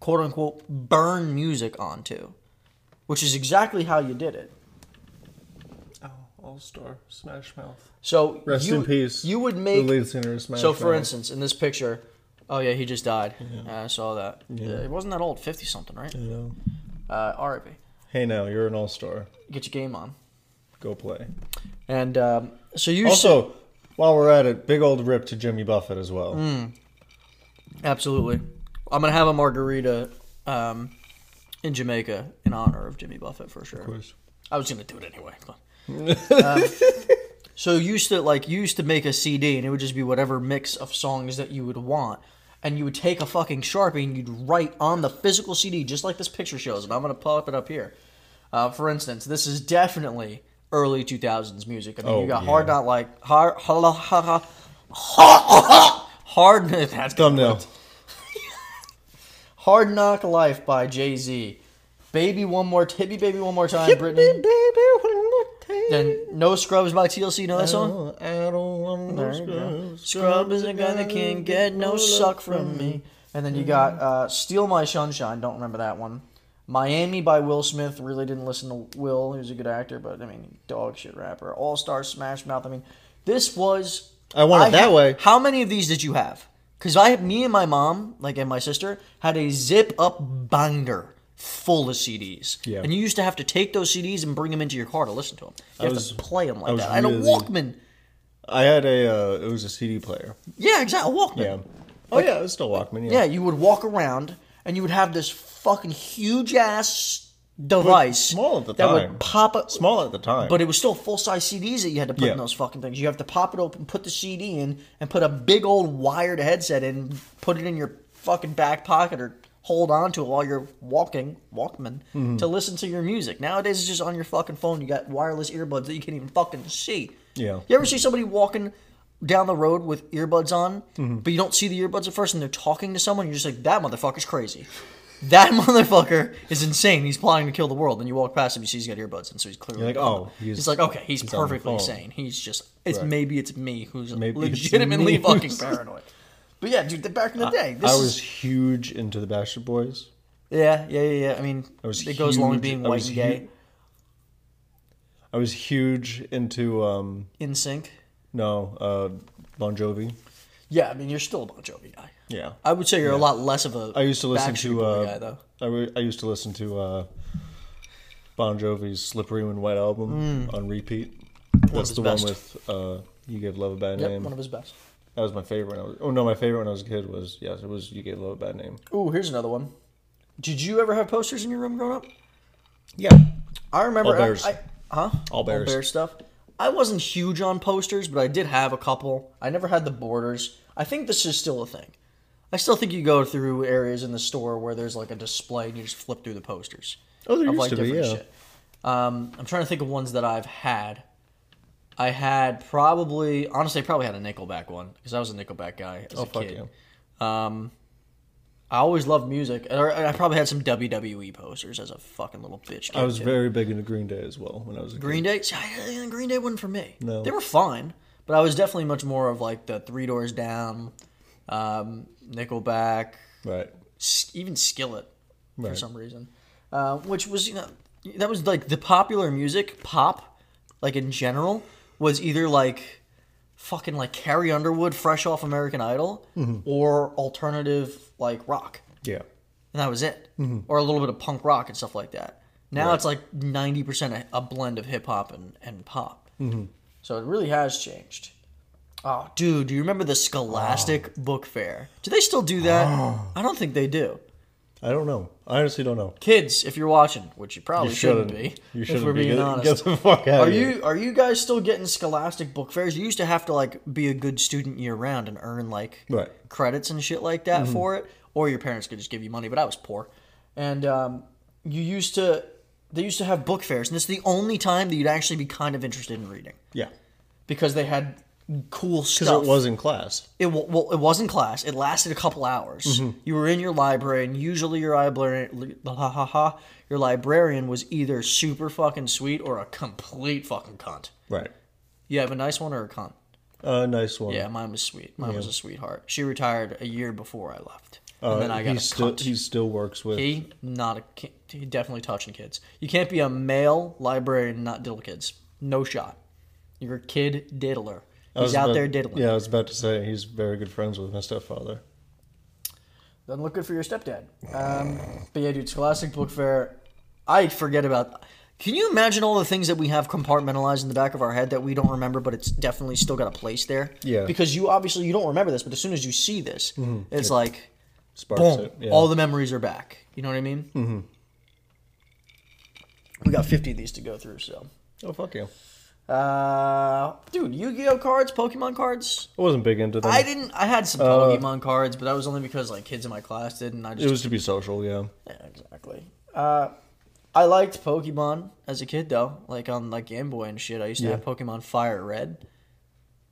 Speaker 1: quote unquote burn music onto, which is exactly how you did it.
Speaker 2: Oh, All Star Smash Mouth.
Speaker 1: So
Speaker 2: Rest
Speaker 1: you,
Speaker 2: in peace.
Speaker 1: You would
Speaker 2: The
Speaker 1: make
Speaker 2: lead singer of Smash
Speaker 1: So, for
Speaker 2: Mouth.
Speaker 1: instance, in this picture, oh yeah, he just died. Yeah, I saw that. Yeah. It wasn't that old, fifty something, right?
Speaker 2: You know.
Speaker 1: Uh, R.I.P.
Speaker 2: Hey, now you're an All Star.
Speaker 1: Get your game on.
Speaker 2: Go play.
Speaker 1: And um, so you
Speaker 2: Also, while we're at it, big old rip to Jimmy Buffett as well.
Speaker 1: absolutely. I'm gonna have a margarita um, in Jamaica in honor of Jimmy Buffett for sure. I was gonna do it anyway. But, Um, so you used to like you used to make a CD and it would just be whatever mix of songs that you would want, and you would take a fucking sharpie and you'd write on the physical CD just like this picture shows, and I'm gonna pop it up here. Uh, for instance, this is definitely early 2000s music. I mean,
Speaker 2: Oh,
Speaker 1: you got
Speaker 2: yeah.
Speaker 1: hard not like hard hard hard hard, hard that's
Speaker 2: Thumbnail.
Speaker 1: Hard Knock Life by Jay Z. Baby One More Hippie Baby One More Time, Britney. Then No Scrubs by TLC. You know that song?
Speaker 2: I don't want no scrubs.
Speaker 1: Scrub is a guy that can't get no suck from me. And then you got uh, Steal My Sunshine. Don't remember that one. Miami by Will Smith. Really didn't listen to Will. He was a good actor, but I mean, dog shit rapper. All Star Smash Mouth. I mean, this was.
Speaker 2: I want it that
Speaker 1: ha-
Speaker 2: way.
Speaker 1: How many of these did you have? Because I, me and my mom, like and my sister, had a zip up binder full of CDs.
Speaker 2: Yeah.
Speaker 1: And you used to have to take those CDs and bring them into your car to listen to them. You have
Speaker 2: was-
Speaker 1: to play them like
Speaker 2: was
Speaker 1: that. I had a
Speaker 2: really-
Speaker 1: Walkman.
Speaker 2: I had a, uh, it was a CD player.
Speaker 1: Yeah, exactly. A Walkman.
Speaker 2: Yeah. Oh, yeah, it was still Walkman.
Speaker 1: Yeah, you would walk around and you would have this fucking huge ass device.
Speaker 2: small at the
Speaker 1: that
Speaker 2: time.
Speaker 1: would pop up.
Speaker 2: Small at the time.
Speaker 1: But it was still full size CDs that you had to put
Speaker 2: Yeah.
Speaker 1: in those fucking things. You have to pop it open, put the CD in, and put a big old wired headset in, put it in your fucking back pocket or hold on to it while you're walking, Walkman,
Speaker 2: Mm-hmm.
Speaker 1: to listen to your music. Nowadays, it's just on your fucking phone. You got wireless earbuds that you can't even fucking see.
Speaker 2: Yeah.
Speaker 1: You ever see somebody walking down the road with earbuds on,
Speaker 2: Mm-hmm.
Speaker 1: but you don't see the earbuds at first and they're talking to someone? You're just like, that motherfucker's crazy. That motherfucker is insane. He's plotting to kill the world. Then you walk past him, you see he's got earbuds, and so he's clearly
Speaker 2: You're like, oh, he's-
Speaker 1: he's, like, okay, he's,
Speaker 2: on the
Speaker 1: perfectly
Speaker 2: phone.
Speaker 1: sane. He's just, it's
Speaker 2: Right.
Speaker 1: maybe it's me who's
Speaker 2: Maybe it's
Speaker 1: legitimately
Speaker 2: me
Speaker 1: fucking
Speaker 2: who's-
Speaker 1: paranoid. But yeah, dude, th- back in the day, this
Speaker 2: I
Speaker 1: is-
Speaker 2: was huge into the Bastard Boys.
Speaker 1: yeah, yeah, yeah, yeah. I mean,
Speaker 2: was
Speaker 1: it goes along with
Speaker 2: huge-
Speaker 1: being
Speaker 2: I
Speaker 1: white
Speaker 2: was
Speaker 1: and gay,
Speaker 2: hu- I was huge into, um,
Speaker 1: in sync.
Speaker 2: no, uh, Bon Jovi.
Speaker 1: Yeah, I mean, you're still a Bon Jovi guy.
Speaker 2: Yeah.
Speaker 1: I would say you're a lot less of a
Speaker 2: I used to listen
Speaker 1: Backstreet
Speaker 2: to
Speaker 1: Boy
Speaker 2: uh,
Speaker 1: guy though.
Speaker 2: I, re- I used to listen to uh, Bon Jovi's "Slippery When Wet" album on repeat. That's
Speaker 1: Mm. his
Speaker 2: the
Speaker 1: best.
Speaker 2: one with uh, "You Gave Love a Bad
Speaker 1: Yep,
Speaker 2: Name."
Speaker 1: one of his best.
Speaker 2: that was my favorite. When I was, oh no, my favorite when I was a kid was yes, it was "You Gave Love a Bad Name."
Speaker 1: Ooh, here's another one. Did you ever have posters in your room growing up?
Speaker 2: Yeah,
Speaker 1: I remember.
Speaker 2: All bears.
Speaker 1: I, I- huh?
Speaker 2: All bears.
Speaker 1: bear stuff. I wasn't huge on posters, but I did have a couple. I never had the borders. I think this is still a thing. I still think you go through areas in the store where there's like a display and you just flip through the posters.
Speaker 2: Oh, there
Speaker 1: of,
Speaker 2: used to be, yeah.
Speaker 1: Um, I'm trying to think of ones that I've had. I had probably, honestly, I probably had a Nickelback one because I was a Nickelback guy as a
Speaker 2: Oh, fuck
Speaker 1: kid. Um,
Speaker 2: yeah.
Speaker 1: I always loved music, and I I probably had some WWE posters as a fucking little bitch. Kid
Speaker 2: I was
Speaker 1: too.
Speaker 2: very big into Green Day as well when I was a
Speaker 1: Green Day. See, I- Green Day wasn't for me.
Speaker 2: No.
Speaker 1: they were fine, but I was definitely much more of like the Three Doors Down, um, Nickelback,
Speaker 2: kid. Right.
Speaker 1: s- even Skillet for
Speaker 2: Right.
Speaker 1: some reason, uh, which was you know that was like the popular music pop, like in general, was either like fucking like Carrie Underwood, fresh off American Idol,
Speaker 2: Mm-hmm.
Speaker 1: or alternative like rock
Speaker 2: Yeah.
Speaker 1: and that was it.
Speaker 2: Mm-hmm.
Speaker 1: Or a little bit of punk rock and stuff like that. Now it's like 90% a, a blend of hip hop and, and pop. Mm-hmm. So it really has changed. Oh, dude,
Speaker 2: Oh.
Speaker 1: do you remember the Scholastic Book Fair? Do they still do that? I don't think they do.
Speaker 2: I don't know. I honestly don't know.
Speaker 1: Kids, if you're watching, which you probably
Speaker 2: You
Speaker 1: shouldn't,
Speaker 2: shouldn't.
Speaker 1: be,
Speaker 2: You shouldn't
Speaker 1: if we're
Speaker 2: be.
Speaker 1: being
Speaker 2: Get-
Speaker 1: honest,
Speaker 2: get the fuck outta
Speaker 1: Are
Speaker 2: here.
Speaker 1: you are you guys still getting Scholastic book fairs? You used to have to like be a good student year round and earn like
Speaker 2: Right. Mm-hmm.
Speaker 1: credits and shit like that for it, or your parents could just give you money. But I was poor, and um, you used to they used to have book fairs, and it's the only time that you'd actually be kind of interested in reading
Speaker 2: Yeah,
Speaker 1: because they had cool
Speaker 2: because
Speaker 1: stuff
Speaker 2: it was in class.
Speaker 1: it wa- well, it wasn't class. It lasted a couple hours.
Speaker 2: Mm-hmm.
Speaker 1: You were in your library, and usually your librarian, ha ha ha, your librarian was either super fucking sweet or a complete fucking cunt.
Speaker 2: Right.
Speaker 1: You have a nice one or a cunt.
Speaker 2: Uh, nice one.
Speaker 1: Yeah, mine was sweet. Mine was a sweetheart. She retired a year before I left,
Speaker 2: Uh,
Speaker 1: and then I got
Speaker 2: he
Speaker 1: a
Speaker 2: still
Speaker 1: cunt.
Speaker 2: he still works with.
Speaker 1: he not a ki- he definitely touching kids. You can't be a male librarian and not diddle kids. No shot. You're a kid diddler.
Speaker 2: I was
Speaker 1: He's out
Speaker 2: about-
Speaker 1: there diddling.
Speaker 2: Yeah, I was about to say he's very good friends with my stepfather.
Speaker 1: Doesn't look good for your stepdad. Um, but yeah, dude, Scholastic Book Fair. I forget about. Can you imagine all the things that we have compartmentalized in the back of our head that we don't remember, but it's definitely still got a place there?
Speaker 2: Yeah. Mm-hmm.
Speaker 1: Because you obviously you don't remember this, but as soon as you see this, it's like
Speaker 2: Sparks
Speaker 1: boom,
Speaker 2: it. Yeah.
Speaker 1: all the memories are back. You know what I mean? Mm-hmm. We got fifty of these to go through, so.
Speaker 2: oh fuck you!
Speaker 1: Uh, dude, Yu-Gi-Oh cards, Pokemon cards.
Speaker 2: I wasn't big into them.
Speaker 1: I didn't. I had some
Speaker 2: uh,
Speaker 1: Pokemon cards, but that was only because like kids in my class did, and I just
Speaker 2: It was to be social. Yeah.
Speaker 1: yeah, exactly. Uh, I liked Pokemon as a kid though, like on like Game Boy and shit. I used to have Pokemon Fire Red.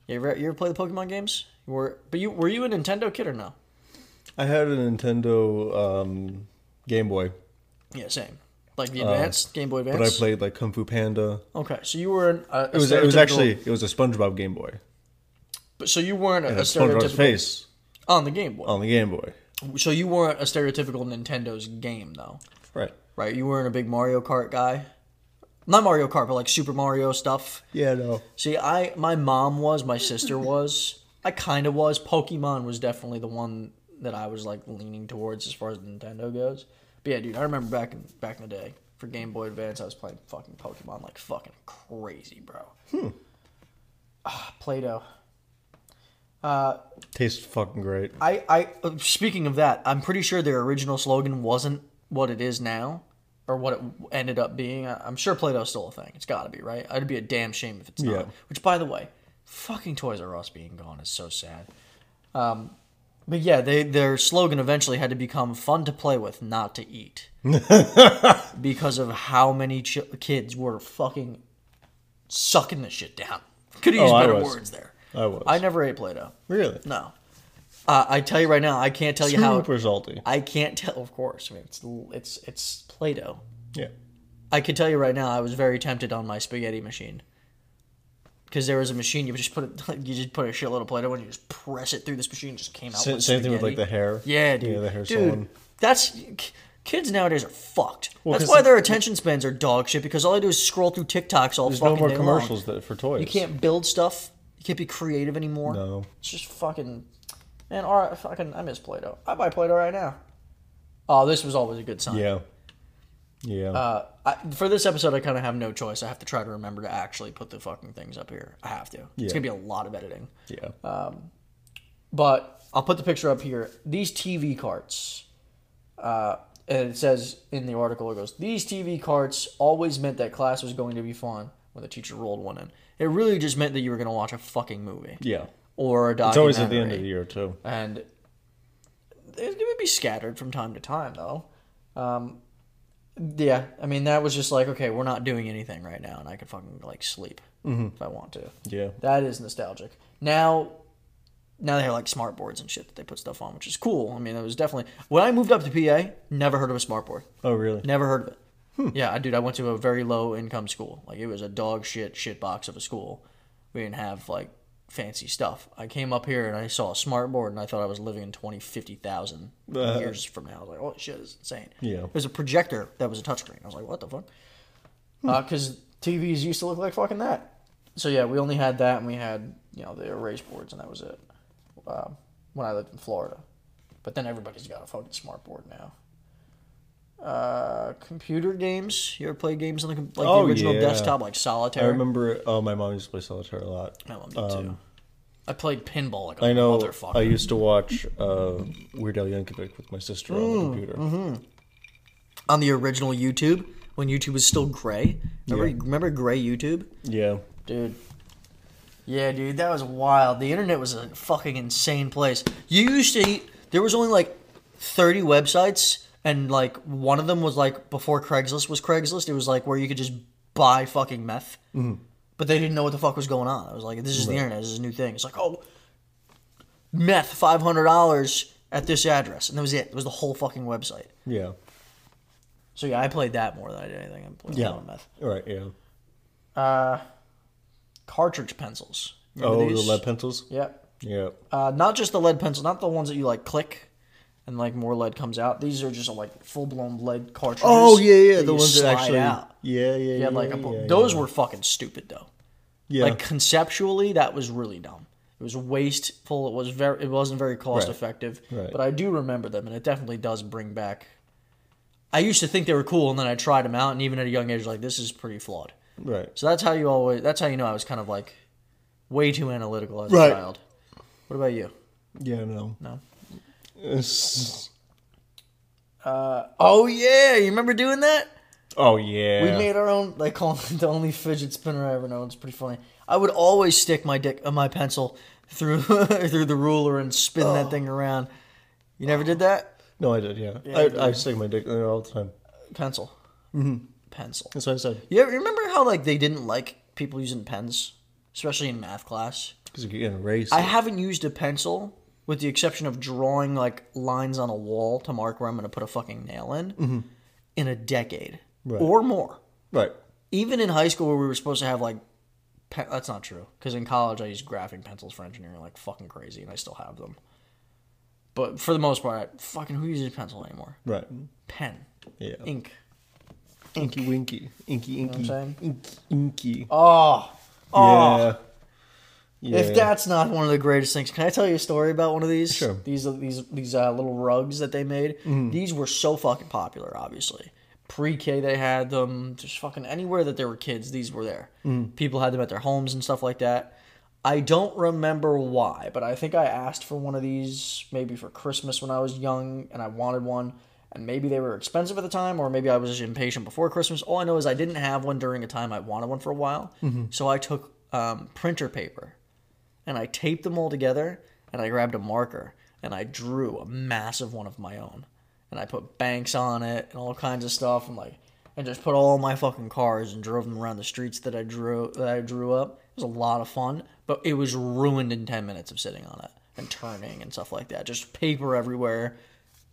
Speaker 1: You ever you ever play the Pokemon games? You were but you were you a Nintendo kid or no?
Speaker 2: I had a Nintendo um, Game Boy,
Speaker 1: Yeah, same. Like the Advance Game Boy Advance.
Speaker 2: Uh, but I played like Kung Fu Panda.
Speaker 1: Okay, so you were an. A,
Speaker 2: It was it was actually it was a SpongeBob Game Boy.
Speaker 1: But so you weren't a,
Speaker 2: It had SpongeBob's
Speaker 1: stereotypical
Speaker 2: face
Speaker 1: on the Game Boy.
Speaker 2: on the Game Boy.
Speaker 1: So you weren't a stereotypical Nintendo's game though,
Speaker 2: Right.
Speaker 1: right? You weren't a big Mario Kart guy. Not Mario Kart, but like Super Mario stuff.
Speaker 2: Yeah. No.
Speaker 1: See, I my mom was, my sister was, I kind of was. Pokemon was definitely the one that I was like leaning towards as far as Nintendo goes. But yeah, dude, I remember back in back in the day for Game Boy Advance, I was playing fucking Pokemon like fucking crazy, bro. Hmm. Play-Doh.
Speaker 2: Tastes fucking great.
Speaker 1: I I uh, speaking of that, I'm pretty sure their original slogan wasn't what it is now. Or what it ended up being. I- I'm sure Play-Doh's still a thing. It's got to be, right? It'd be a damn shame if it's
Speaker 2: Yeah.
Speaker 1: not. Which, by the way, fucking Toys R Us being gone is so sad. Um, But yeah, they their slogan eventually had to become "fun to play with, not to eat," because of how many ch- kids were fucking sucking this shit down. Could have
Speaker 2: Oh,
Speaker 1: used
Speaker 2: I
Speaker 1: better
Speaker 2: was.
Speaker 1: words there.
Speaker 2: I was.
Speaker 1: I never ate Play-Doh.
Speaker 2: Really?
Speaker 1: No, uh, I tell you right now, I can't tell you how.
Speaker 2: Super salty.
Speaker 1: I can't tell. Of course, I mean it's it's it's Play-Doh.
Speaker 2: Yeah.
Speaker 1: I could tell you right now, I was very tempted on my spaghetti machine. Because there was a machine, you just put it, you just put a shitload of Play-Doh and you just press it through this machine, and just came out.
Speaker 2: Sa-
Speaker 1: with
Speaker 2: same thing with like the
Speaker 1: spaghetti.
Speaker 2: hair.
Speaker 1: Yeah, dude.
Speaker 2: Yeah, the hair
Speaker 1: dude,
Speaker 2: salon.
Speaker 1: That's k- kids nowadays are fucked. that's
Speaker 2: 'cause
Speaker 1: why
Speaker 2: the-
Speaker 1: their attention spans are dog shit because all they do is scroll through TikToks all
Speaker 2: There's
Speaker 1: fucking
Speaker 2: no more
Speaker 1: day
Speaker 2: commercials
Speaker 1: Long.
Speaker 2: that, for toys.
Speaker 1: You can't build stuff. You can't be creative anymore.
Speaker 2: No.
Speaker 1: It's just fucking. Man, all right, fucking. I miss Play-Doh. I buy Play-Doh right now. Oh, this was always a good sign.
Speaker 2: Yeah. Yeah.
Speaker 1: Uh, I, for this episode, I kind of have no choice. I have to try to remember to actually put the fucking things up here. I have to. It's
Speaker 2: Yeah.
Speaker 1: gonna be a lot of editing,
Speaker 2: yeah.
Speaker 1: but I'll put the picture up here. These TV carts, uh, and it says in the article, it goes, "These TV carts always meant that class was going to be fun when the teacher rolled one in. It really just meant that you were gonna watch a fucking movie,
Speaker 2: yeah.
Speaker 1: or a documentary.
Speaker 2: It's always at the end of the year too.
Speaker 1: and it's gonna be scattered from time to time though um yeah i mean that was just like okay we're not doing anything right now and i can fucking like sleep if i want to
Speaker 2: Mm-hmm. Yeah.
Speaker 1: that is nostalgic now now they have like smart boards and shit that they put stuff on which is cool i mean it was definitely when i moved up to pa never heard of a smart board
Speaker 2: Oh really? Hmm.
Speaker 1: Never heard of it. Yeah, I dude, I went to a very low income school. Like it was a dog shit shit box of a school. We didn't have like fancy stuff. I came up here and I saw a smart board and I thought I was living in 20, 50,000
Speaker 2: Uh.
Speaker 1: years from now. I was like, oh shit, this is insane.
Speaker 2: Yeah.
Speaker 1: It was a projector that was a touchscreen. I was like, what the fuck?
Speaker 2: Hmm.
Speaker 1: Uh, Because TVs used to look like fucking that. So yeah, we only had that and we had, you know, the erase boards and that was it um, when I lived in Florida. But then everybody's got a fucking smart board now. Uh, computer games. You ever play games on the com- like
Speaker 2: Oh,
Speaker 1: the original
Speaker 2: yeah.
Speaker 1: desktop, like
Speaker 2: I
Speaker 1: solitaire?
Speaker 2: remember. Oh, my mom used to play solitaire a lot.
Speaker 1: My mom did too. I played pinball like a
Speaker 2: I know.
Speaker 1: motherfucker.
Speaker 2: I used to watch uh, Weird Al Yankovic with my sister on the computer.
Speaker 1: on the original YouTube when YouTube was still gray. Remember, remember gray YouTube,
Speaker 2: Yeah,
Speaker 1: dude. Yeah, dude, that was wild. The internet was a fucking insane place. You used to there was only like thirty websites, and like one of them was like before Craigslist was Craigslist. It was like where you could just buy fucking meth,
Speaker 2: Mm-hmm.
Speaker 1: but they didn't know what the fuck was going on. I was like, this is the internet. This is a new thing. It's like, oh, meth, five hundred dollars at this address, and that was it. It was the whole fucking website.
Speaker 2: yeah,
Speaker 1: So yeah, I played that more than I did anything. I played
Speaker 2: Yeah.
Speaker 1: a lot of meth.
Speaker 2: All right, yeah.
Speaker 1: Cartridge pencils. Remember
Speaker 2: Oh,
Speaker 1: these?
Speaker 2: the lead pencils.
Speaker 1: Yep.
Speaker 2: Yeah,
Speaker 1: Uh, not just the lead pencil, not the ones that you like click, and like more lead comes out. These are just like full blown lead cartridges.
Speaker 2: Oh yeah, yeah, the
Speaker 1: you
Speaker 2: ones that
Speaker 1: slide
Speaker 2: actually.
Speaker 1: out.
Speaker 2: Yeah, yeah, yeah.
Speaker 1: You had like a, bu-
Speaker 2: yeah,
Speaker 1: those were fucking stupid though.
Speaker 2: yeah.
Speaker 1: Like conceptually, that was really dumb. It was wasteful. It was very. It wasn't very cost effective.
Speaker 2: Right.
Speaker 1: But I do remember them, and it definitely does bring back. I used to think they were cool, and then I tried them out, and even at a young age, like this is pretty flawed.
Speaker 2: right.
Speaker 1: So that's how you always. That's how you know I was kind of like way too analytical as
Speaker 2: Right.
Speaker 1: a child. What about you?
Speaker 2: Yeah, no.
Speaker 1: No.
Speaker 2: It's-
Speaker 1: Oh yeah, you remember doing that?
Speaker 2: Oh yeah.
Speaker 1: We made our own. They call it the only fidget spinner I ever known. It's pretty funny. I would always stick my dick, uh, my pencil through through the ruler and spin that thing around. You never did that?
Speaker 2: no, I did. Yeah,
Speaker 1: you
Speaker 2: I, I stick my dick in there all the time.
Speaker 1: Pencil. Pencil.
Speaker 2: That's what I said.
Speaker 1: You ever, you remember how like they didn't like people using pens, especially in math class?
Speaker 2: Because you're getting erased.
Speaker 1: I haven't used a pencil with the exception of drawing like lines on a wall to mark where I'm going to put a fucking nail in in a decade or more.
Speaker 2: right.
Speaker 1: Even in high school where we were supposed to have like pe- that's not true because in college I used graphing pencils for engineering like fucking crazy and I still have them. But for the most part, I, fucking who uses pencil anymore?
Speaker 2: Right.
Speaker 1: Pen,
Speaker 2: Yeah.
Speaker 1: ink.
Speaker 2: Inky winky. Inky inky.
Speaker 1: saying?
Speaker 2: inky inky.
Speaker 1: Oh,
Speaker 2: Yeah. Yeah.
Speaker 1: If that's not one of the greatest things, can I tell you a story about one of these?
Speaker 2: Sure. Mm-hmm.
Speaker 1: These these these uh, little rugs that they made. These were so fucking popular. Obviously, pre-K they had them. Just fucking anywhere that there were kids, these were there.
Speaker 2: Mm-hmm.
Speaker 1: People had them at their homes and stuff like that. I don't remember why, but I think I asked for one of these maybe for Christmas when I was young, and I wanted one. And maybe they were expensive at the time, or maybe I was just impatient before Christmas. All I know is I didn't have one during a time I wanted one for a while,
Speaker 2: Mm-hmm.
Speaker 1: so I took um, printer paper and I taped them all together and I grabbed a marker and I drew a massive one of my own. And I put banks on it and all kinds of stuff and like and just put all my fucking cars and drove them around the streets that I drew that I drew up. It was a lot of fun, but it was ruined in 10 minutes of sitting on it and turning and stuff like that. Just paper everywhere.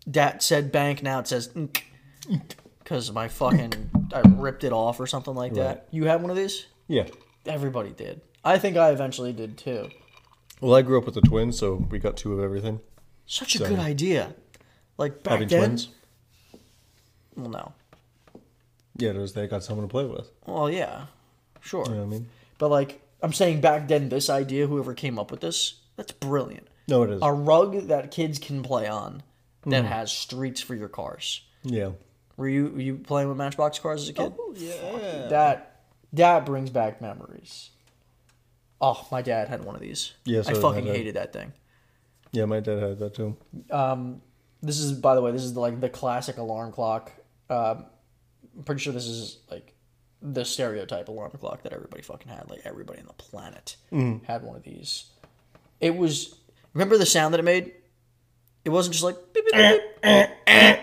Speaker 1: That said bank now it says ink cuz my fucking I ripped it off or something like that. You had one of these?
Speaker 2: yeah.
Speaker 1: Everybody did. I think I eventually did too.
Speaker 2: Well, I grew up with the twins, so we got two of everything.
Speaker 1: Such a good idea. Like back
Speaker 2: Having
Speaker 1: then.
Speaker 2: twins.
Speaker 1: Well, no.
Speaker 2: Yeah, there's they got someone to play with.
Speaker 1: Well, yeah, sure.
Speaker 2: You know what I mean?
Speaker 1: But like, I'm saying back then, this idea, whoever came up with this, that's brilliant.
Speaker 2: No, it is.
Speaker 1: A rug that kids can play on that
Speaker 2: Hmm.
Speaker 1: has streets for your cars.
Speaker 2: yeah.
Speaker 1: Were you were you playing with Matchbox cars as a kid?
Speaker 2: Yeah.
Speaker 1: That that brings back memories. Oh, my dad had one of these.
Speaker 2: Yeah, so
Speaker 1: I
Speaker 2: did my
Speaker 1: fucking
Speaker 2: dad.
Speaker 1: hated that thing.
Speaker 2: Yeah, my dad had that too.
Speaker 1: This is, by the way, this is like the classic alarm clock. Um, I'm pretty sure this is like the stereotype alarm clock that everybody fucking had. Like everybody on the planet had one of these. It was. Remember the sound that it made? It wasn't just like. beep, beep, beep,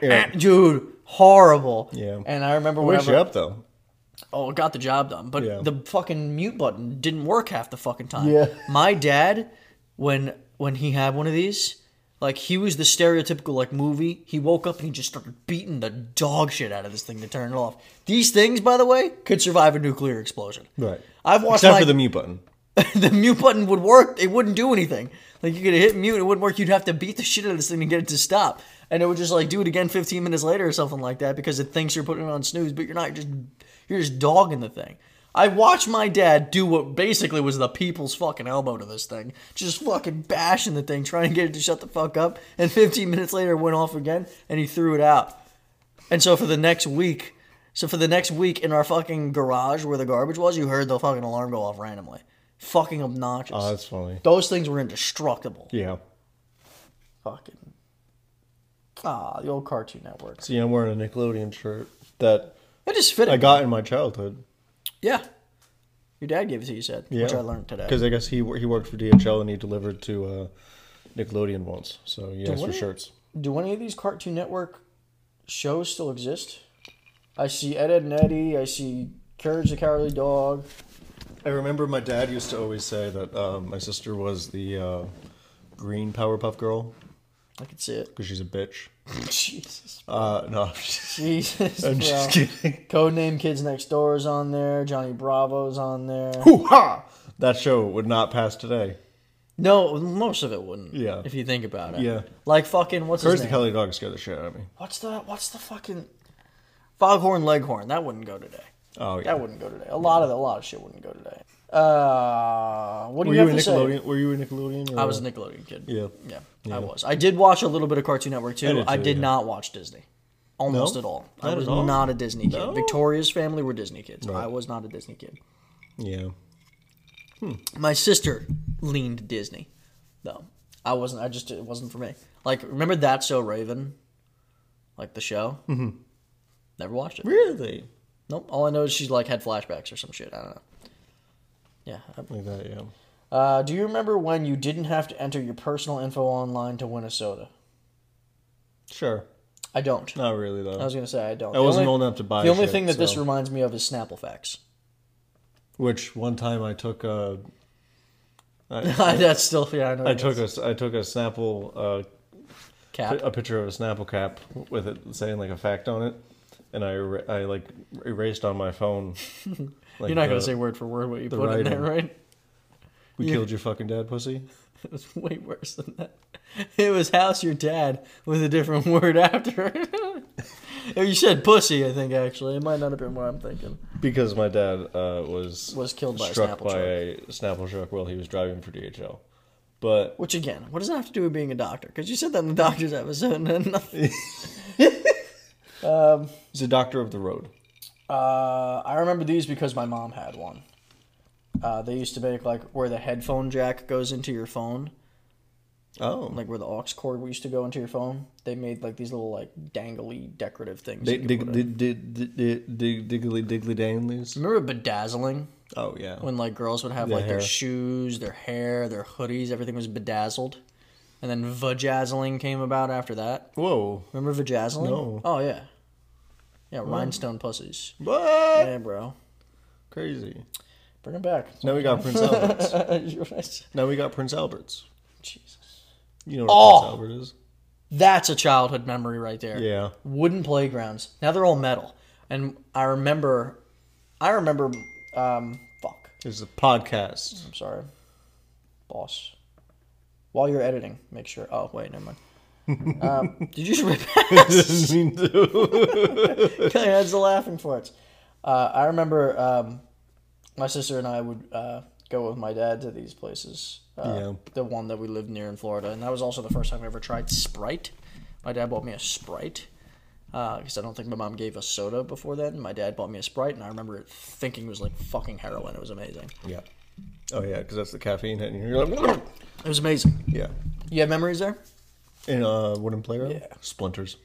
Speaker 1: beep. Dude, horrible.
Speaker 2: Yeah.
Speaker 1: And I remember
Speaker 2: Wakes
Speaker 1: whenever.
Speaker 2: you up though.
Speaker 1: Oh, it got the job done. But
Speaker 2: Yeah.
Speaker 1: the fucking mute button didn't work half the fucking time.
Speaker 2: Yeah.
Speaker 1: My dad, when when he had one of these, like he was the stereotypical like movie. He woke up and he just started beating the dog shit out of this thing to turn it off. These things, by the way, could survive a nuclear explosion.
Speaker 2: Right.
Speaker 1: I've watched
Speaker 2: Except
Speaker 1: my-
Speaker 2: for the mute button.
Speaker 1: the mute button would work. It wouldn't do anything. Like you could hit mute, it wouldn't work. You'd have to beat the shit out of this thing to get it to stop, and it would just like do it again 15 minutes later or something like that because it thinks you're putting it on snooze, but you're not. You're just you're just dogging the thing. I watched my dad do what basically was the people's fucking elbow to this thing, just fucking bashing the thing, trying to get it to shut the fuck up. And 15 minutes later, it went off again, and he threw it out. And so for the next week, so for the next week in our fucking garage where the garbage was, you heard the fucking alarm go off randomly. fucking obnoxious.
Speaker 2: Oh, that's funny.
Speaker 1: Those things were indestructible.
Speaker 2: Yeah.
Speaker 1: Fucking. Ah, the old Cartoon Network.
Speaker 2: See, I'm wearing a Nickelodeon shirt that
Speaker 1: It just fitted.
Speaker 2: I got in my childhood.
Speaker 1: Yeah. Your dad gave it to you, you said,
Speaker 2: Yeah.
Speaker 1: which I learned today.
Speaker 2: Because I guess he wor- he worked for DHL and he delivered to uh, Nickelodeon once. So he asked for
Speaker 1: what?
Speaker 2: shirts.
Speaker 1: Do any of these Cartoon Network shows still exist? I see Ed, Ed and Eddie. I see Courage the Cowardly Dog.
Speaker 2: I remember my dad used to always say that um, my sister was the uh, green Powerpuff Girl
Speaker 1: I can see it.
Speaker 2: because she's a bitch.
Speaker 1: Jesus.
Speaker 2: Uh, no, I'm just,
Speaker 1: Jesus.
Speaker 2: I'm just
Speaker 1: bro.
Speaker 2: kidding.
Speaker 1: Codename Kids Next Door is on there. Johnny Bravo's on there.
Speaker 2: Hoo ha! That show would not pass today.
Speaker 1: No, most of it wouldn't.
Speaker 2: Yeah.
Speaker 1: If you think about it.
Speaker 2: Yeah.
Speaker 1: Like fucking what's
Speaker 2: Curse
Speaker 1: his
Speaker 2: the
Speaker 1: name?
Speaker 2: Kelly Dog scared the shit out of me.
Speaker 1: what's the what's the fucking Foghorn Leghorn? That wouldn't go today.
Speaker 2: Oh yeah.
Speaker 1: That wouldn't go today. A lot of the, a lot of shit wouldn't go today. Uh, what do
Speaker 2: Were
Speaker 1: you
Speaker 2: you,
Speaker 1: have
Speaker 2: a
Speaker 1: to say?
Speaker 2: Nickelodeon? Were you a Nickelodeon? Or
Speaker 1: I was a Nickelodeon kid.
Speaker 2: Yeah.
Speaker 1: Yeah, I was. I did watch a little bit of Cartoon Network too. I did,
Speaker 2: did too, yeah.
Speaker 1: not watch Disney, almost
Speaker 2: No?
Speaker 1: at all. I
Speaker 2: Not
Speaker 1: was
Speaker 2: at all?
Speaker 1: not a Disney kid.
Speaker 2: No?
Speaker 1: Victoria's family were Disney kids.
Speaker 2: Right.
Speaker 1: I was not a Disney kid.
Speaker 2: Yeah.
Speaker 1: My sister leaned Disney, though. I wasn't. I just it wasn't for me. Like remember that so Raven, like the show. Mm-hmm. Never watched it.
Speaker 2: Really?
Speaker 1: Nope. All I know is she like had flashbacks or some shit. I don't know. Yeah. I-
Speaker 2: Like that? Yeah.
Speaker 1: Uh, do you remember when you didn't have to enter your personal info online to win a soda?
Speaker 2: Sure.
Speaker 1: I don't.
Speaker 2: Not really though.
Speaker 1: I was gonna say I don't.
Speaker 2: I wasn't old enough to buy
Speaker 1: The only
Speaker 2: shit,
Speaker 1: thing that this
Speaker 2: so-
Speaker 1: reminds me of is Snapple facts.
Speaker 2: Which one time I took a
Speaker 1: That's still yeah. I, know
Speaker 2: I took a I took a Snapple uh,
Speaker 1: cap.
Speaker 2: a picture of a Snapple cap with it saying like a fact on it, and I er- I like erased on my phone. Like
Speaker 1: You're not gonna
Speaker 2: the,
Speaker 1: say word for word what you
Speaker 2: uh, the
Speaker 1: put in there,
Speaker 2: writing.
Speaker 1: right?
Speaker 2: we
Speaker 1: you-
Speaker 2: killed your fucking dad, pussy.
Speaker 1: It was way worse than that. It was house your dad with a different word after. it. Or you said pussy, I think actually. It might not have been what I'm thinking.
Speaker 2: Because my dad uh, was
Speaker 1: Was killed by a
Speaker 2: struck
Speaker 1: Snapple
Speaker 2: by
Speaker 1: truck.
Speaker 2: a Snapple truck while he was driving for DHL. But
Speaker 1: Which again, what does that have to do with being a doctor? Because you said that in the doctor's episode, and then nothing.
Speaker 2: he's a doctor of the road.
Speaker 1: Uh, I remember these because my mom had one. Uh, they used to make like where the headphone jack goes into your phone,
Speaker 2: Oh,
Speaker 1: like where the aux cord used to go into your phone. They made like these little like dangly decorative things. you
Speaker 2: dig,
Speaker 1: could
Speaker 2: dig,
Speaker 1: put in.
Speaker 2: dig, dig, dig, dig, dig- diggly diggly danglies.
Speaker 1: Remember bedazzling?
Speaker 2: Oh yeah.
Speaker 1: when like girls would have
Speaker 2: Their
Speaker 1: like their
Speaker 2: hair.
Speaker 1: shoes, their hair, their hoodies, everything was bedazzled. And then vajazzling came about after that.
Speaker 2: Whoa.
Speaker 1: Remember vajazzling?
Speaker 2: No.
Speaker 1: Oh yeah. Yeah, rhinestone pussies.
Speaker 2: What?
Speaker 1: Yeah, bro.
Speaker 2: Crazy.
Speaker 1: Bring them back.
Speaker 2: Now we got Prince Albert's.
Speaker 1: You know what I said?
Speaker 2: Now we got Prince Albert's.
Speaker 1: Jesus.
Speaker 2: You know what
Speaker 1: Oh.
Speaker 2: Prince Albert is?
Speaker 1: That's a childhood memory right there.
Speaker 2: Yeah.
Speaker 1: Wooden playgrounds. Now they're all metal. And I remember I remember um fuck.
Speaker 2: There's a podcast.
Speaker 1: I'm sorry. Boss. While you're editing, make sure. Oh, wait, never mind. um, did you just rip
Speaker 2: Didn't mean to.
Speaker 1: Kelly heads the laughing for it. Uh, I remember um, my sister and I would uh, go with my dad to these places. Uh,
Speaker 2: Yeah.
Speaker 1: The one that we lived near in Florida, and that was also the first time I ever tried Sprite. My dad bought me a Sprite because I don't think my mom gave us soda before then. My dad bought me a Sprite, and I remember thinking it was like fucking heroin. It was amazing.
Speaker 2: Yeah. Oh yeah, because that's the caffeine hitting you. You're like,
Speaker 1: It was amazing.
Speaker 2: yeah.
Speaker 1: You have memories there?
Speaker 2: In uh, wooden playground.
Speaker 1: Yeah.
Speaker 2: Splinters.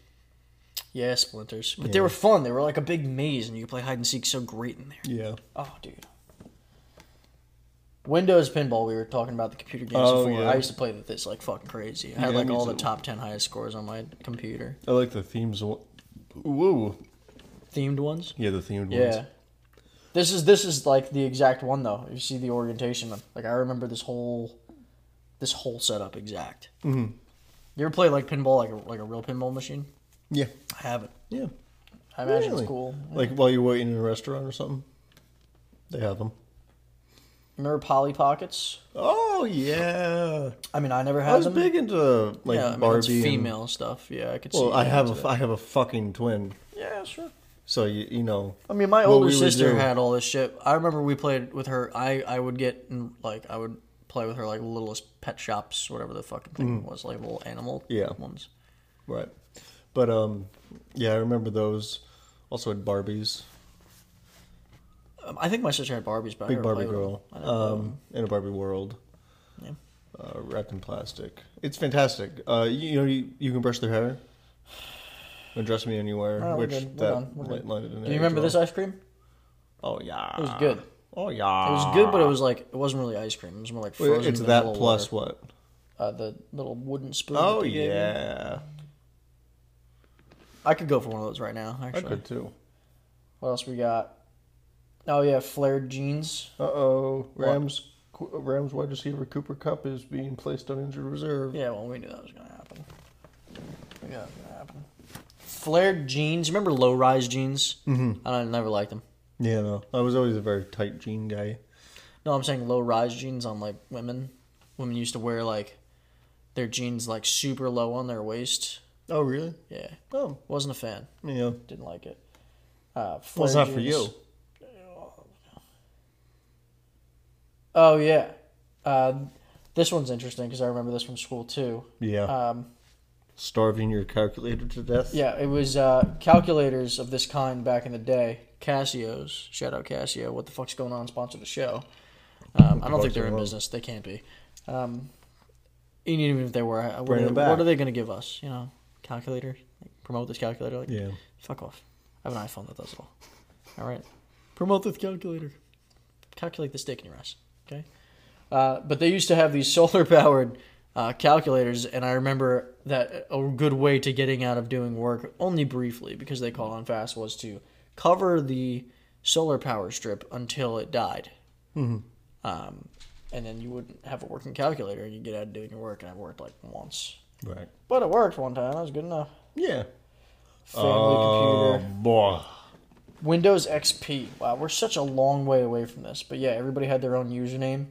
Speaker 1: Yeah, splinters. But they were fun. They were like a big maze, and you could play hide and seek so great in there.
Speaker 2: Yeah.
Speaker 1: Oh, dude. Windows pinball. We were talking about the computer games
Speaker 2: Oh,
Speaker 1: before.
Speaker 2: yeah.
Speaker 1: I used to play with this like fucking crazy. I had
Speaker 2: Yeah,
Speaker 1: like
Speaker 2: me
Speaker 1: all the
Speaker 2: too.
Speaker 1: top ten highest scores on my computer.
Speaker 2: I like the themes. one- Whoa.
Speaker 1: Themed ones.
Speaker 2: Yeah, the themed
Speaker 1: Yeah.
Speaker 2: ones.
Speaker 1: This is this is like the exact one though. You see the orientation. Like I remember this whole, this whole setup exact. Mm-hmm. You ever play like pinball like a, like a real pinball machine?
Speaker 2: Yeah.
Speaker 1: I haven't.
Speaker 2: Yeah.
Speaker 1: I imagine
Speaker 2: Really?
Speaker 1: it's cool.
Speaker 2: Like while you're waiting in a restaurant or something, they have them.
Speaker 1: Remember Polly Pockets?
Speaker 2: Oh yeah.
Speaker 1: I mean, I never had
Speaker 2: I was
Speaker 1: them.
Speaker 2: big into like
Speaker 1: yeah, I mean, it's
Speaker 2: Barbie. and-
Speaker 1: female stuff. Yeah, I could see.
Speaker 2: well, I
Speaker 1: you
Speaker 2: have
Speaker 1: into
Speaker 2: a I have a fucking twin.
Speaker 1: that. Yeah, sure.
Speaker 2: So you you know.
Speaker 1: I mean, my
Speaker 2: what
Speaker 1: older
Speaker 2: we would
Speaker 1: sister
Speaker 2: do.
Speaker 1: had all this shit. I remember we played with her. I, I would get in, like I would play with her like littlest pet shops, whatever the fucking thing was, like little animal
Speaker 2: Mm. Yeah.
Speaker 1: ones.
Speaker 2: Right. But um yeah, I remember those. Also had Barbies.
Speaker 1: Um, I think my sister had Barbies, but I
Speaker 2: Big
Speaker 1: never
Speaker 2: Barbie
Speaker 1: played with
Speaker 2: girl.
Speaker 1: them. I never played with
Speaker 2: Um, in a Barbie world.
Speaker 1: Yeah.
Speaker 2: Uh, wrapped in plastic. It's fantastic. Uh, you, you know, you, you can brush their hair. And dress me anywhere,
Speaker 1: Alright, Oh, we're
Speaker 2: which
Speaker 1: good. We're done.
Speaker 2: that
Speaker 1: We're
Speaker 2: li-
Speaker 1: good.
Speaker 2: landed in
Speaker 1: them.
Speaker 2: there
Speaker 1: Do you
Speaker 2: as
Speaker 1: remember
Speaker 2: well.
Speaker 1: this ice cream?
Speaker 2: Oh yeah,
Speaker 1: It was good. It
Speaker 2: Oh yeah,
Speaker 1: was good, but it was like it wasn't really ice cream. It was more like
Speaker 2: Well,
Speaker 1: frozen.
Speaker 2: it's that
Speaker 1: vanilla
Speaker 2: plus
Speaker 1: water.
Speaker 2: what?
Speaker 1: Uh, the little wooden spoon.
Speaker 2: Oh
Speaker 1: that they gave me.
Speaker 2: yeah,
Speaker 1: I could go for one of those right now.
Speaker 2: I
Speaker 1: Actually,
Speaker 2: could too.
Speaker 1: what else we got? Oh yeah, flared jeans.
Speaker 2: Uh oh, Rams qu- Rams wide receiver Cooper Cup is being placed on injured reserve.
Speaker 1: Yeah, well, we knew that was gonna happen. We knew that was gonna happen. Flared jeans. Remember low rise jeans? Mm-hmm. I never liked them.
Speaker 2: Yeah, no, I was always a very tight jean guy.
Speaker 1: No, I'm saying low rise jeans on like women. Women used to wear like their jeans like super low on their waist.
Speaker 2: Oh really?
Speaker 1: Yeah,
Speaker 2: Oh
Speaker 1: wasn't a fan.
Speaker 2: yeah.
Speaker 1: Didn't like it. Uh,
Speaker 2: Well, it's
Speaker 1: flared
Speaker 2: not for
Speaker 1: jeans.
Speaker 2: you.
Speaker 1: Oh yeah, uh, this one's interesting because I remember this from school too.
Speaker 2: Yeah,
Speaker 1: Um,
Speaker 2: starving your calculator to death.
Speaker 1: yeah, it was uh, calculators of this kind back in the day. Casios, shout out Casio. What the fuck's going on? Sponsor the show. Um, I don't think they're in
Speaker 2: Fucking
Speaker 1: business. They can't be. Um, and even if they were, I- what
Speaker 2: Bring
Speaker 1: are, they,
Speaker 2: them back.
Speaker 1: what are they going to give us? You know, calculator. Like, promote this calculator. Like,
Speaker 2: yeah.
Speaker 1: Fuck off. I have an iPhone that does it all. All right. Promote this calculator. Calculate the dick in your ass. Okay. Uh, but they used to have these solar powered uh, calculators, and I remember that a good way to getting out of doing work, only briefly because they call on fast, was to cover the solar power strip until it died. Um, and then you wouldn't have a working calculator, and you get out of doing your work. And I worked like once,
Speaker 2: Right.
Speaker 1: but it worked one time. That was good enough.
Speaker 2: Yeah.
Speaker 1: Family
Speaker 2: Oh
Speaker 1: computer.
Speaker 2: boy.
Speaker 1: Windows XP. Wow, we're such a long way away from this. But yeah, everybody had their own username